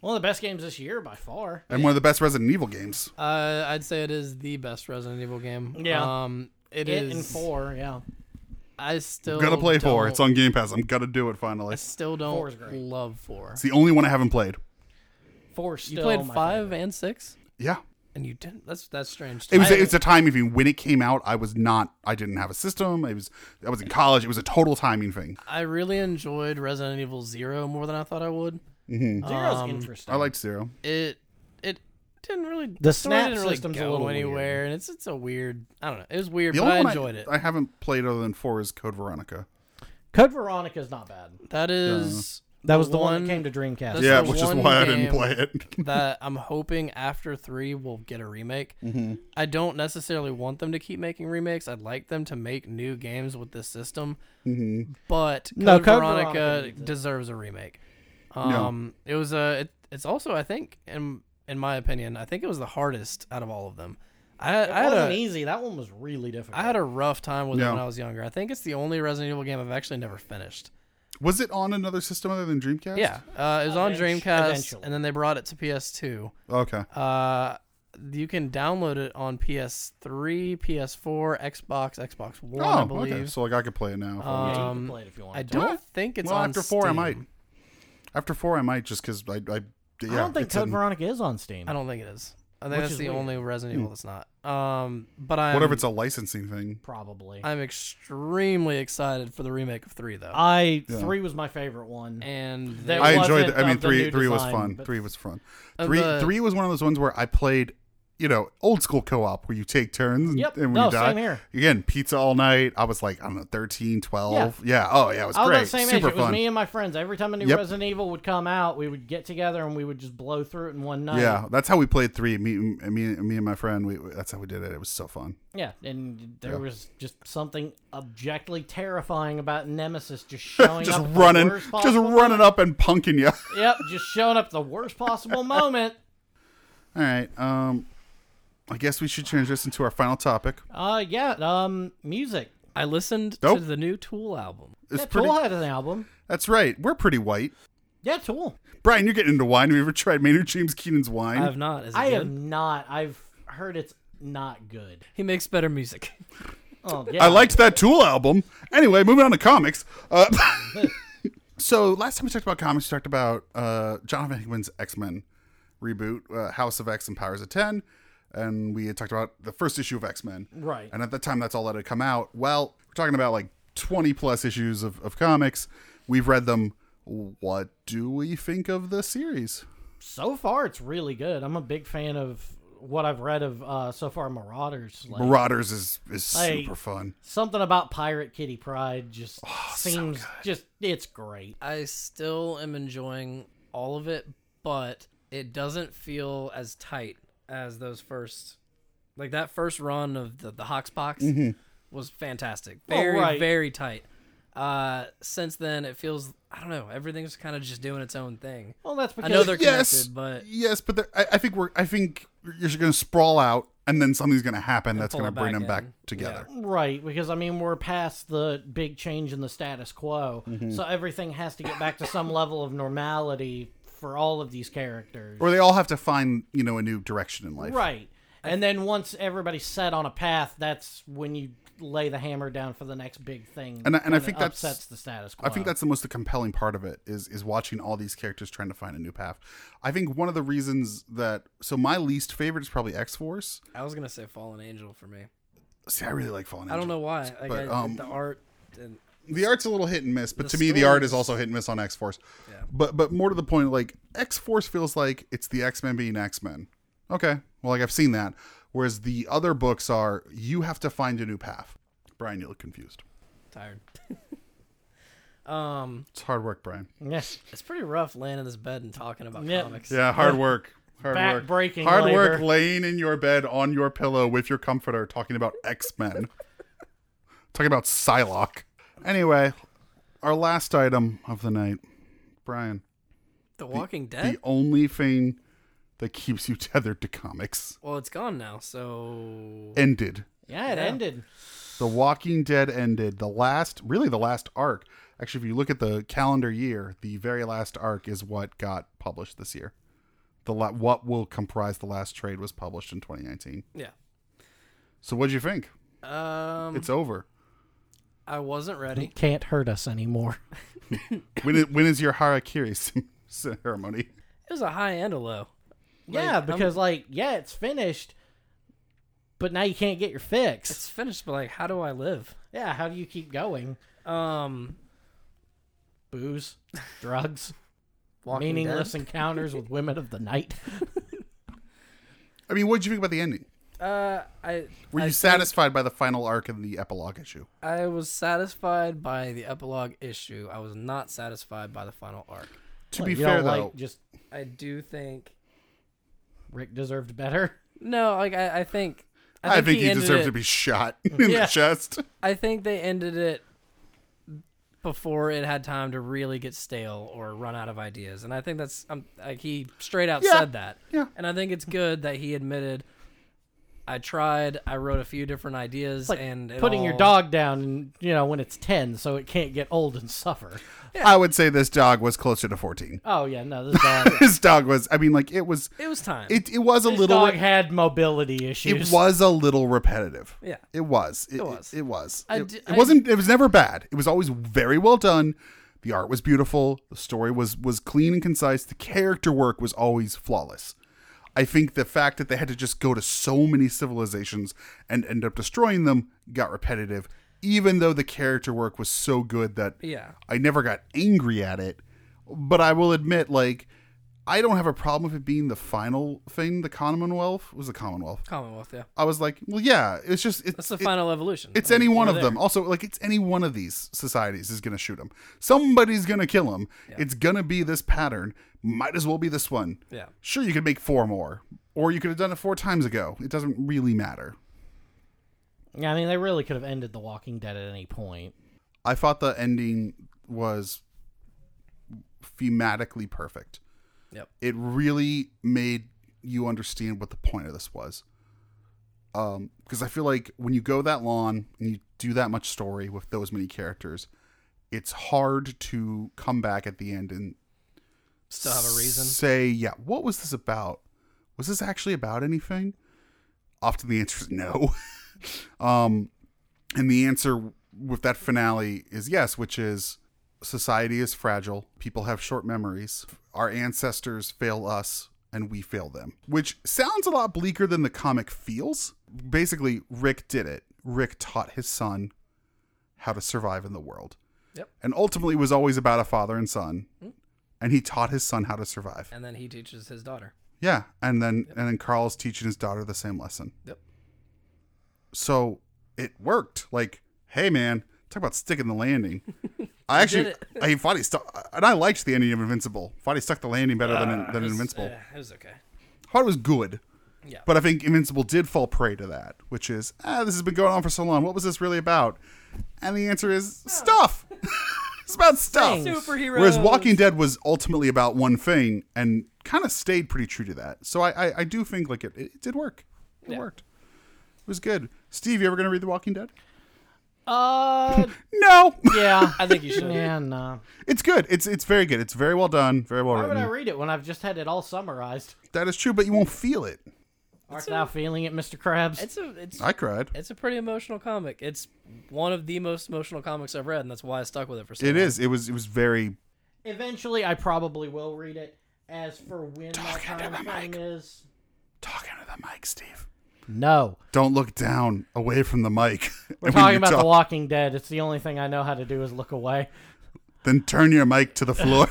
[SPEAKER 3] One of the best games this year by far.
[SPEAKER 2] and one of the best Resident Evil games.
[SPEAKER 4] Uh, I'd say it is the best Resident Evil game.
[SPEAKER 3] Yeah.
[SPEAKER 4] Um,
[SPEAKER 3] It and four, yeah.
[SPEAKER 4] I still
[SPEAKER 2] I'm gonna play 4.
[SPEAKER 4] Oh, don't-
[SPEAKER 2] It's on Game Pass. I'm gonna do it
[SPEAKER 4] I
[SPEAKER 2] finally.
[SPEAKER 4] still don't
[SPEAKER 3] Four is great.
[SPEAKER 4] love four.
[SPEAKER 2] It's the only one I haven't played.
[SPEAKER 3] Four
[SPEAKER 4] You
[SPEAKER 3] still.
[SPEAKER 4] played
[SPEAKER 3] my
[SPEAKER 4] five
[SPEAKER 3] favorite.
[SPEAKER 4] and six,
[SPEAKER 2] Yeah.
[SPEAKER 4] and you didn't. That's that's strange. to
[SPEAKER 2] It was
[SPEAKER 4] me.
[SPEAKER 2] it's a timing thing. When it came out, I was not I didn't have a system. I was I was in college. It was a total timing thing.
[SPEAKER 4] I really enjoyed Resident Evil Zero more than I thought I would.
[SPEAKER 3] Zero's
[SPEAKER 4] um,
[SPEAKER 3] interesting.
[SPEAKER 2] I liked Zero.
[SPEAKER 4] It it didn't really
[SPEAKER 3] The
[SPEAKER 4] story
[SPEAKER 3] snap
[SPEAKER 4] didn't really
[SPEAKER 3] system's a
[SPEAKER 4] go
[SPEAKER 3] little weird.
[SPEAKER 4] anywhere, and it's it's a weird. I don't know. It was weird,
[SPEAKER 2] The
[SPEAKER 4] but I
[SPEAKER 2] only one
[SPEAKER 4] enjoyed it.
[SPEAKER 2] I haven't played other than 4 is Code Veronica.
[SPEAKER 3] Code Veronica's not bad.
[SPEAKER 4] that is
[SPEAKER 3] That was the one, that came to Dreamcast.
[SPEAKER 4] That's
[SPEAKER 2] yeah,
[SPEAKER 4] the
[SPEAKER 2] which is
[SPEAKER 4] one
[SPEAKER 2] why I didn't
[SPEAKER 4] game
[SPEAKER 2] play it.
[SPEAKER 4] that I'm hoping after three we'll get a remake.
[SPEAKER 2] Mm-hmm.
[SPEAKER 4] I don't necessarily want them to keep making remakes. I'd like them to make new games with this system.
[SPEAKER 2] Mm-hmm.
[SPEAKER 4] But Code
[SPEAKER 3] No, Code
[SPEAKER 4] Veronica,
[SPEAKER 3] Veronica needs it.
[SPEAKER 4] deserves a remake. Um, it was a. It, it's also I think in in my opinion I think it was the hardest out of all of them. I,
[SPEAKER 3] It
[SPEAKER 4] I had
[SPEAKER 3] wasn't
[SPEAKER 4] a
[SPEAKER 3] easy. That one was really difficult.
[SPEAKER 4] I had a rough time with
[SPEAKER 2] Yeah.
[SPEAKER 4] it when I was younger. I think it's the only Resident Evil game I've actually never finished.
[SPEAKER 2] Was it on another system other than Dreamcast?
[SPEAKER 4] Yeah, uh, it was on
[SPEAKER 3] Eventu-
[SPEAKER 4] Dreamcast,
[SPEAKER 3] eventually.
[SPEAKER 4] and then they brought it to PS2.
[SPEAKER 2] Okay.
[SPEAKER 4] Uh, you can download it on PS3, PS4, Xbox, Xbox One, I
[SPEAKER 2] oh,
[SPEAKER 4] believe.
[SPEAKER 2] okay. So like I could play it now. if I
[SPEAKER 3] yeah,
[SPEAKER 2] wanted.
[SPEAKER 3] you can
[SPEAKER 4] um,
[SPEAKER 3] play it if you want.
[SPEAKER 4] I
[SPEAKER 3] to.
[SPEAKER 4] don't think it's
[SPEAKER 2] well,
[SPEAKER 4] on
[SPEAKER 2] after four, I
[SPEAKER 4] Steam.
[SPEAKER 2] might. After four, I might just because I, I, yeah,
[SPEAKER 3] I don't think
[SPEAKER 2] it's
[SPEAKER 3] Code
[SPEAKER 2] in-
[SPEAKER 3] Veronica is on Steam.
[SPEAKER 4] I don't think it is. I think
[SPEAKER 3] Which
[SPEAKER 4] that's
[SPEAKER 3] is
[SPEAKER 4] the
[SPEAKER 3] weird.
[SPEAKER 4] only Resident Evil that's not. Um, but I'm
[SPEAKER 2] Hmm. whatever. It's a licensing thing.
[SPEAKER 3] probably. I,
[SPEAKER 4] I'm extremely excited for the remake of three though,
[SPEAKER 3] three was my favorite one.
[SPEAKER 4] and
[SPEAKER 3] There It
[SPEAKER 2] I
[SPEAKER 4] they-
[SPEAKER 2] enjoyed.
[SPEAKER 3] wasn't
[SPEAKER 2] it. I mean,
[SPEAKER 3] of the
[SPEAKER 2] three
[SPEAKER 3] new
[SPEAKER 2] three was
[SPEAKER 3] design,
[SPEAKER 2] fun.
[SPEAKER 3] but-
[SPEAKER 2] Three was fun.
[SPEAKER 4] Uh,
[SPEAKER 2] Three
[SPEAKER 4] the-
[SPEAKER 2] three was one of those ones where I played. You know, old school co-op where you take turns and,
[SPEAKER 3] Yep.
[SPEAKER 2] and when
[SPEAKER 3] No,
[SPEAKER 2] you die.
[SPEAKER 3] same here.
[SPEAKER 2] Again, pizza all night. I was like, I don't know, 13, 12. Yeah. Oh, yeah. It was
[SPEAKER 3] I was
[SPEAKER 2] great.
[SPEAKER 3] the same
[SPEAKER 2] Super
[SPEAKER 3] age. It was
[SPEAKER 2] fun.
[SPEAKER 3] me and my friends. Every time a new
[SPEAKER 2] Yep.
[SPEAKER 3] Resident Evil would come out, we would get together and we would just blow through it in one night.
[SPEAKER 2] yeah. That's how we played three. Me, me, me and my friend, we, that's how we did it. It was so fun.
[SPEAKER 3] Yeah, and there was just something objectively terrifying about Nemesis just showing
[SPEAKER 2] Just
[SPEAKER 3] up at the
[SPEAKER 2] running,
[SPEAKER 3] worst
[SPEAKER 2] just
[SPEAKER 3] possible
[SPEAKER 2] running up and punking you.
[SPEAKER 3] moment. Yep, just showing up at the worst possible moment.
[SPEAKER 2] All right. Um, I guess we should transition to our final topic.
[SPEAKER 3] Uh, yeah. Um, music.
[SPEAKER 4] I listened
[SPEAKER 2] Nope.
[SPEAKER 4] to the new Tool album.
[SPEAKER 2] It's
[SPEAKER 3] yeah,
[SPEAKER 2] pretty.
[SPEAKER 3] Tool had an album.
[SPEAKER 2] That's right. We're pretty white.
[SPEAKER 3] Yeah, Tool.
[SPEAKER 2] Brian, you're getting into wine. Have you ever tried Maynard James Keenan's wine?
[SPEAKER 4] I have not. Is it
[SPEAKER 3] I
[SPEAKER 4] good?
[SPEAKER 3] have not. I've heard it's not good.
[SPEAKER 4] He makes better music.
[SPEAKER 3] Oh,
[SPEAKER 2] I
[SPEAKER 3] yeah.
[SPEAKER 2] liked that Tool album. Anyway, moving on to comics. Uh, so last time we talked about comics, we talked about uh, Jonathan Hickman's X Men reboot, uh, House of X and Powers of Ten, and we had talked about the first issue of X Men.
[SPEAKER 3] Right.
[SPEAKER 2] And at that time, that's all that had come out. Well, we're talking about like twenty plus issues of, of comics. We've read them. What do we think of the series?
[SPEAKER 3] so far, it's really good. I'm a big fan of what I've read of uh, so far. Marauders. Like,
[SPEAKER 2] Marauders is is
[SPEAKER 3] I-
[SPEAKER 2] super fun.
[SPEAKER 3] something about Pirate Kitty Pride just
[SPEAKER 2] Oh,
[SPEAKER 3] seems just it's great.
[SPEAKER 4] I still am enjoying all of it, but it doesn't feel as tight as those first, like that first run of the the Hox Box
[SPEAKER 2] Mm-hmm.
[SPEAKER 4] was fantastic. Very
[SPEAKER 3] right.
[SPEAKER 4] very tight. Uh, since then, it feels I don't know. Everything's kind of just doing its own thing.
[SPEAKER 3] Well, that's
[SPEAKER 4] I
[SPEAKER 3] because
[SPEAKER 4] know they're
[SPEAKER 2] yes,
[SPEAKER 4] connected, but
[SPEAKER 2] yes, but they're- I, I think we're I think you're going to sprawl out, and then something's going to happen that's
[SPEAKER 4] pull
[SPEAKER 2] going to
[SPEAKER 4] it
[SPEAKER 2] bring
[SPEAKER 4] back
[SPEAKER 2] them back
[SPEAKER 4] in.
[SPEAKER 2] together.
[SPEAKER 3] Right, because I mean we're past the big change in the status quo,
[SPEAKER 2] Mm-hmm.
[SPEAKER 3] so everything has to get back to some level of normality for all of these characters.
[SPEAKER 2] Or they all have to find you know a new direction in life.
[SPEAKER 3] Right, and then once everybody's set on a path, that's when you lay the hammer down for the next big thing.
[SPEAKER 2] And I- and I
[SPEAKER 3] kinda
[SPEAKER 2] think that's-
[SPEAKER 3] upsets the status quo.
[SPEAKER 2] I think that's the most compelling part of it is is watching all these characters trying to find a new path. I think one of the reasons that so my least favorite is probably X Force.
[SPEAKER 4] I was gonna say Fallen Angel for me.
[SPEAKER 2] See, I really like Fallen.
[SPEAKER 4] I don't
[SPEAKER 2] Angel.
[SPEAKER 4] know why. Like,
[SPEAKER 2] But,
[SPEAKER 4] I,
[SPEAKER 2] um,
[SPEAKER 4] the art and
[SPEAKER 2] the art's a little hit and miss, but
[SPEAKER 4] The
[SPEAKER 2] to me the art
[SPEAKER 4] stories-
[SPEAKER 2] is also hit and miss on X Force. But but more to the point, like X Force feels like it's the X Men being X Men. Okay, well like I've seen that. Whereas the other books are you have to find a new path. Brian, you look confused.
[SPEAKER 4] tired. Um,
[SPEAKER 2] It's hard work, Brian.
[SPEAKER 3] Yes.
[SPEAKER 4] it's pretty rough laying in this bed and talking about
[SPEAKER 3] Yeah.
[SPEAKER 4] comics.
[SPEAKER 2] Yeah, hard work. Hard work.
[SPEAKER 3] Back-breaking
[SPEAKER 2] Hard work
[SPEAKER 3] labor.
[SPEAKER 2] laying in your bed on your pillow with your comforter talking about X Men. talking about Psylocke. Anyway, our last item of the night, Brian.
[SPEAKER 4] The Walking Dead.
[SPEAKER 2] The only thing that keeps you tethered to comics
[SPEAKER 4] well, it's gone now, so
[SPEAKER 2] ended.
[SPEAKER 3] Yeah, it
[SPEAKER 4] Yeah.
[SPEAKER 3] ended.
[SPEAKER 2] The Walking Dead ended. The last, really, the last arc. Actually, if you look at the calendar year, the very last arc is what got published this year. The la- what will comprise the last trade was published in 2019.
[SPEAKER 4] yeah.
[SPEAKER 2] So, what'd you think?
[SPEAKER 4] Um,
[SPEAKER 2] It's over.
[SPEAKER 4] I wasn't ready.
[SPEAKER 3] It can't hurt us anymore.
[SPEAKER 2] When i- when is your harakiri c- ceremony?
[SPEAKER 4] It was a high and a low.
[SPEAKER 3] yeah,
[SPEAKER 4] I'm-
[SPEAKER 3] because like, yeah, it's finished, but now you can't get your fix.
[SPEAKER 4] It's finished, but like, how do I live?
[SPEAKER 3] yeah, how do you keep going?
[SPEAKER 4] Um,
[SPEAKER 3] Booze, drugs,
[SPEAKER 4] Walking
[SPEAKER 3] meaningless
[SPEAKER 4] Dead?
[SPEAKER 3] encounters with women of the night.
[SPEAKER 2] I mean, what did you think about the ending?
[SPEAKER 4] Uh, I
[SPEAKER 2] Were
[SPEAKER 4] I
[SPEAKER 2] you
[SPEAKER 4] think
[SPEAKER 2] satisfied by the final arc in the epilogue issue?
[SPEAKER 4] I was satisfied by the epilogue issue. I was not satisfied by the final arc.
[SPEAKER 2] To
[SPEAKER 3] Like,
[SPEAKER 2] be
[SPEAKER 3] you
[SPEAKER 2] fair,
[SPEAKER 3] don't like,
[SPEAKER 2] though,
[SPEAKER 3] just
[SPEAKER 4] I do think
[SPEAKER 3] Rick deserved better.
[SPEAKER 4] no, like I, I think
[SPEAKER 2] I think,
[SPEAKER 4] he
[SPEAKER 2] he,
[SPEAKER 4] ended
[SPEAKER 2] deserved
[SPEAKER 4] it-
[SPEAKER 2] to be shot in
[SPEAKER 4] Yeah.
[SPEAKER 2] the chest.
[SPEAKER 4] I think they ended it before it had time to really get stale or run out of ideas, and I think that's um, like he straight out
[SPEAKER 2] Yeah.
[SPEAKER 4] said that.
[SPEAKER 2] Yeah.
[SPEAKER 4] and I think it's good that he admitted. I tried. I wrote a few different ideas,
[SPEAKER 3] It's like
[SPEAKER 4] and it
[SPEAKER 3] putting your
[SPEAKER 4] all-
[SPEAKER 3] dog down, you know, when it's ten, so it can't get old and suffer.
[SPEAKER 2] I would say this dog was closer to 14.
[SPEAKER 3] Oh yeah, no, this dog.
[SPEAKER 2] This dog was. I mean, like it was.
[SPEAKER 4] It was time.
[SPEAKER 2] It it was a
[SPEAKER 3] this
[SPEAKER 2] little.
[SPEAKER 3] dog had mobility issues.
[SPEAKER 2] it was a little repetitive.
[SPEAKER 4] Yeah.
[SPEAKER 2] It was. It,
[SPEAKER 4] was.
[SPEAKER 2] was. It, was.
[SPEAKER 4] I
[SPEAKER 2] it,
[SPEAKER 4] d-
[SPEAKER 2] it
[SPEAKER 4] I-
[SPEAKER 2] wasn't. It was never bad. It was always very well done. The art was beautiful. The story was was clean and concise. The character work was always flawless. I think the fact that they had to just go to so many civilizations and end up destroying them got repetitive, even though the character work was so good that
[SPEAKER 4] Yeah.
[SPEAKER 2] I never got angry at it. But I will admit, like, I don't have a problem with it being the final thing. The Commonwealth was the Commonwealth.
[SPEAKER 4] Commonwealth, yeah.
[SPEAKER 2] I was like, well, yeah, it's just it's
[SPEAKER 4] That's the
[SPEAKER 2] it-
[SPEAKER 4] final evolution.
[SPEAKER 2] It's
[SPEAKER 4] Like,
[SPEAKER 2] any one of
[SPEAKER 4] we're there.
[SPEAKER 2] them. Also, like it's any one of these societies is gonna shoot him. Somebody's gonna kill him. It's gonna be this pattern. Might as well be this one.
[SPEAKER 4] Yeah.
[SPEAKER 2] Sure, you could make four more, or you could have done it four times ago. It doesn't really matter.
[SPEAKER 3] Yeah, I mean, they really could have ended The Walking Dead at any point.
[SPEAKER 2] I thought the ending was thematically perfect.
[SPEAKER 4] Yep.
[SPEAKER 2] It really made you understand what the point of this was. Um, because I feel like when you go that long and you do that much story with those many characters, it's hard to come back at the end and
[SPEAKER 4] Still have a reason.
[SPEAKER 2] Say, yeah, what was this about? Was this actually about anything? Often the answer is no. um, and the answer with that finale is yes, which is society is fragile. People have short memories. Our ancestors fail us and we fail them, which sounds a lot bleaker than the comic feels. Basically, Rick did it. Rick taught his son how to survive in the world.
[SPEAKER 4] Yep.
[SPEAKER 2] And ultimately, it was always about a father and son. And he taught his son how to survive.
[SPEAKER 4] And then he teaches his daughter.
[SPEAKER 2] Yeah, and then and then Carl's teaching his daughter the same lesson.
[SPEAKER 4] Yep.
[SPEAKER 2] So it worked. Like, hey man, talk about sticking the landing. I actually,
[SPEAKER 4] did
[SPEAKER 2] I thought he stuck, and I liked the ending of Invincible. Thought he stuck the landing better than than Invincible.
[SPEAKER 4] Yeah, it was okay.
[SPEAKER 2] Thought it was good.
[SPEAKER 4] Yeah.
[SPEAKER 2] But I think Invincible did fall prey to that, which is, ah, this has been going on for so long. What was this really about? And the answer is stuff. it's about stuff.
[SPEAKER 4] Superheroes.
[SPEAKER 2] Whereas Walking Dead was ultimately about one thing and kind of stayed pretty true to that. So I, I, I do think like it, it did work. It worked. It was good. Steve, you ever gonna read The Walking Dead?
[SPEAKER 3] Uh,
[SPEAKER 2] No,
[SPEAKER 3] yeah,
[SPEAKER 4] I think you should.
[SPEAKER 3] yeah, no.
[SPEAKER 2] it's good. It's it's very good. It's very well done. Very well
[SPEAKER 3] Why would I
[SPEAKER 2] written.
[SPEAKER 3] read it when I've just had it all summarized?
[SPEAKER 2] that is true, but you won't feel it.
[SPEAKER 3] Art thou feeling it, Mister Krabs?
[SPEAKER 4] It's a it's
[SPEAKER 2] I cried.
[SPEAKER 4] it's a pretty emotional comic. It's one of the most emotional comics I've read, and that's why I stuck with it for so
[SPEAKER 2] It
[SPEAKER 4] long.
[SPEAKER 2] is. It was. It was very.
[SPEAKER 3] Eventually, I probably will read it. As for when my time frame is,
[SPEAKER 2] Talking to the mic, Steve.
[SPEAKER 3] no.
[SPEAKER 2] Don't look down, away from the mic.
[SPEAKER 3] We're talking about The Walking Dead. It's the only thing I know how to do is look away.
[SPEAKER 2] Then turn your mic to the floor.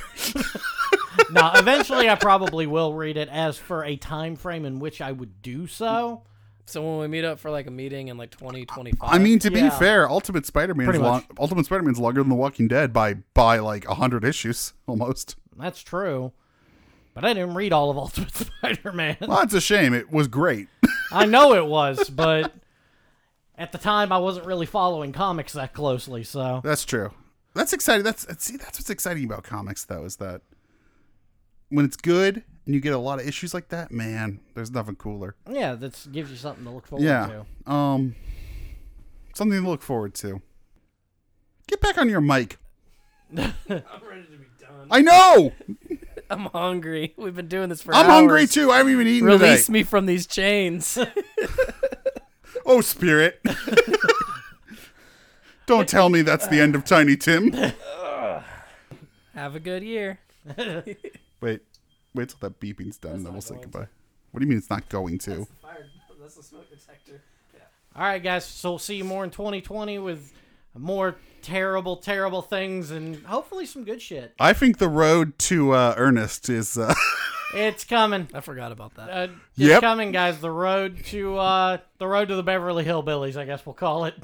[SPEAKER 3] now, eventually, I probably will read it. As for a time frame in which I would do so,
[SPEAKER 4] So when we meet up for like a meeting in like 2025,
[SPEAKER 2] I mean, to be
[SPEAKER 3] Uh, yeah.
[SPEAKER 2] fair, Ultimate Spider-Man's
[SPEAKER 3] Pretty
[SPEAKER 2] long,
[SPEAKER 3] much.
[SPEAKER 2] Ultimate Spider-Man's longer than The Walking Dead by by like hundred issues almost.
[SPEAKER 3] That's true. But I didn't read all of Ultimate Spider-Man.
[SPEAKER 2] Well, that's a shame. It was great.
[SPEAKER 3] I know it was, but at the time I wasn't really following comics that closely, so
[SPEAKER 2] That's true. That's exciting. That's see, that's what's exciting about comics, though, is that when it's good and you get a lot of issues like that, man, there's nothing cooler.
[SPEAKER 3] yeah, that gives you something to look forward
[SPEAKER 2] Yeah.
[SPEAKER 3] to.
[SPEAKER 2] Um, something to look forward to. Get back on your mic.
[SPEAKER 4] I'm ready to be done.
[SPEAKER 2] I know.
[SPEAKER 4] I'm hungry. We've been doing this for.
[SPEAKER 2] I'm hungry
[SPEAKER 4] hours.
[SPEAKER 2] too. I haven't even eaten
[SPEAKER 4] Release
[SPEAKER 2] today.
[SPEAKER 4] me from these chains.
[SPEAKER 2] Oh, spirit. Don't tell me that's the end of Tiny Tim.
[SPEAKER 4] Have a good year.
[SPEAKER 2] Wait, wait till that beeping's done, then we'll say goodbye. What do you mean it's not going to?
[SPEAKER 4] Fire. That's the smoke detector.
[SPEAKER 3] All right, guys. So we'll see you more in 2020 with more terrible, terrible things, and hopefully some good shit.
[SPEAKER 2] I think the road to uh, Ernest is. Uh,
[SPEAKER 3] It's coming.
[SPEAKER 4] I forgot about that.
[SPEAKER 3] Uh, it's
[SPEAKER 2] Yep.
[SPEAKER 3] coming, guys. The road to uh, the road to the Beverly Hillbillies, I guess we'll call it.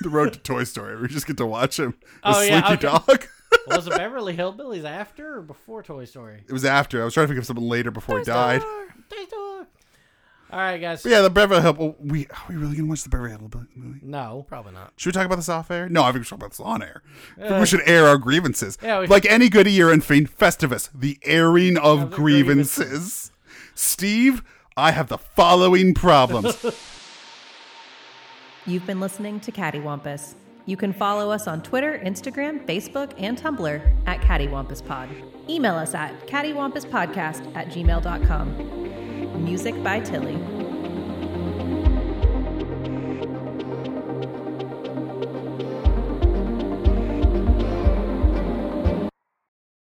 [SPEAKER 2] the road to Toy Story. We just get to watch him. The
[SPEAKER 3] Oh,
[SPEAKER 2] sleepy
[SPEAKER 3] yeah, okay.
[SPEAKER 2] dog.
[SPEAKER 3] Was the Beverly Hillbillies after or before Toy Story?
[SPEAKER 2] It was after. I was trying to think of something later before he died.
[SPEAKER 3] Toy Story. All right, guys.
[SPEAKER 2] But yeah, the Beverly Hill. We are we really gonna watch the Beverly Hillbillies movie?
[SPEAKER 3] No.
[SPEAKER 4] Probably not.
[SPEAKER 2] Should we talk about this off air? No, I think we should talk about this on air. I think we should air our grievances.
[SPEAKER 3] Yeah, we
[SPEAKER 2] like any good year and fiend, Festivus, the airing of
[SPEAKER 3] the
[SPEAKER 2] grievances.
[SPEAKER 3] grievances.
[SPEAKER 2] Steve, I have the following problems.
[SPEAKER 1] You've been listening to Cattywampus. You can follow us on Twitter, Instagram, Facebook, and Tumblr at CattywampusPod. Email us at cattywampuspodcast at gmail.com. Music by Tilly.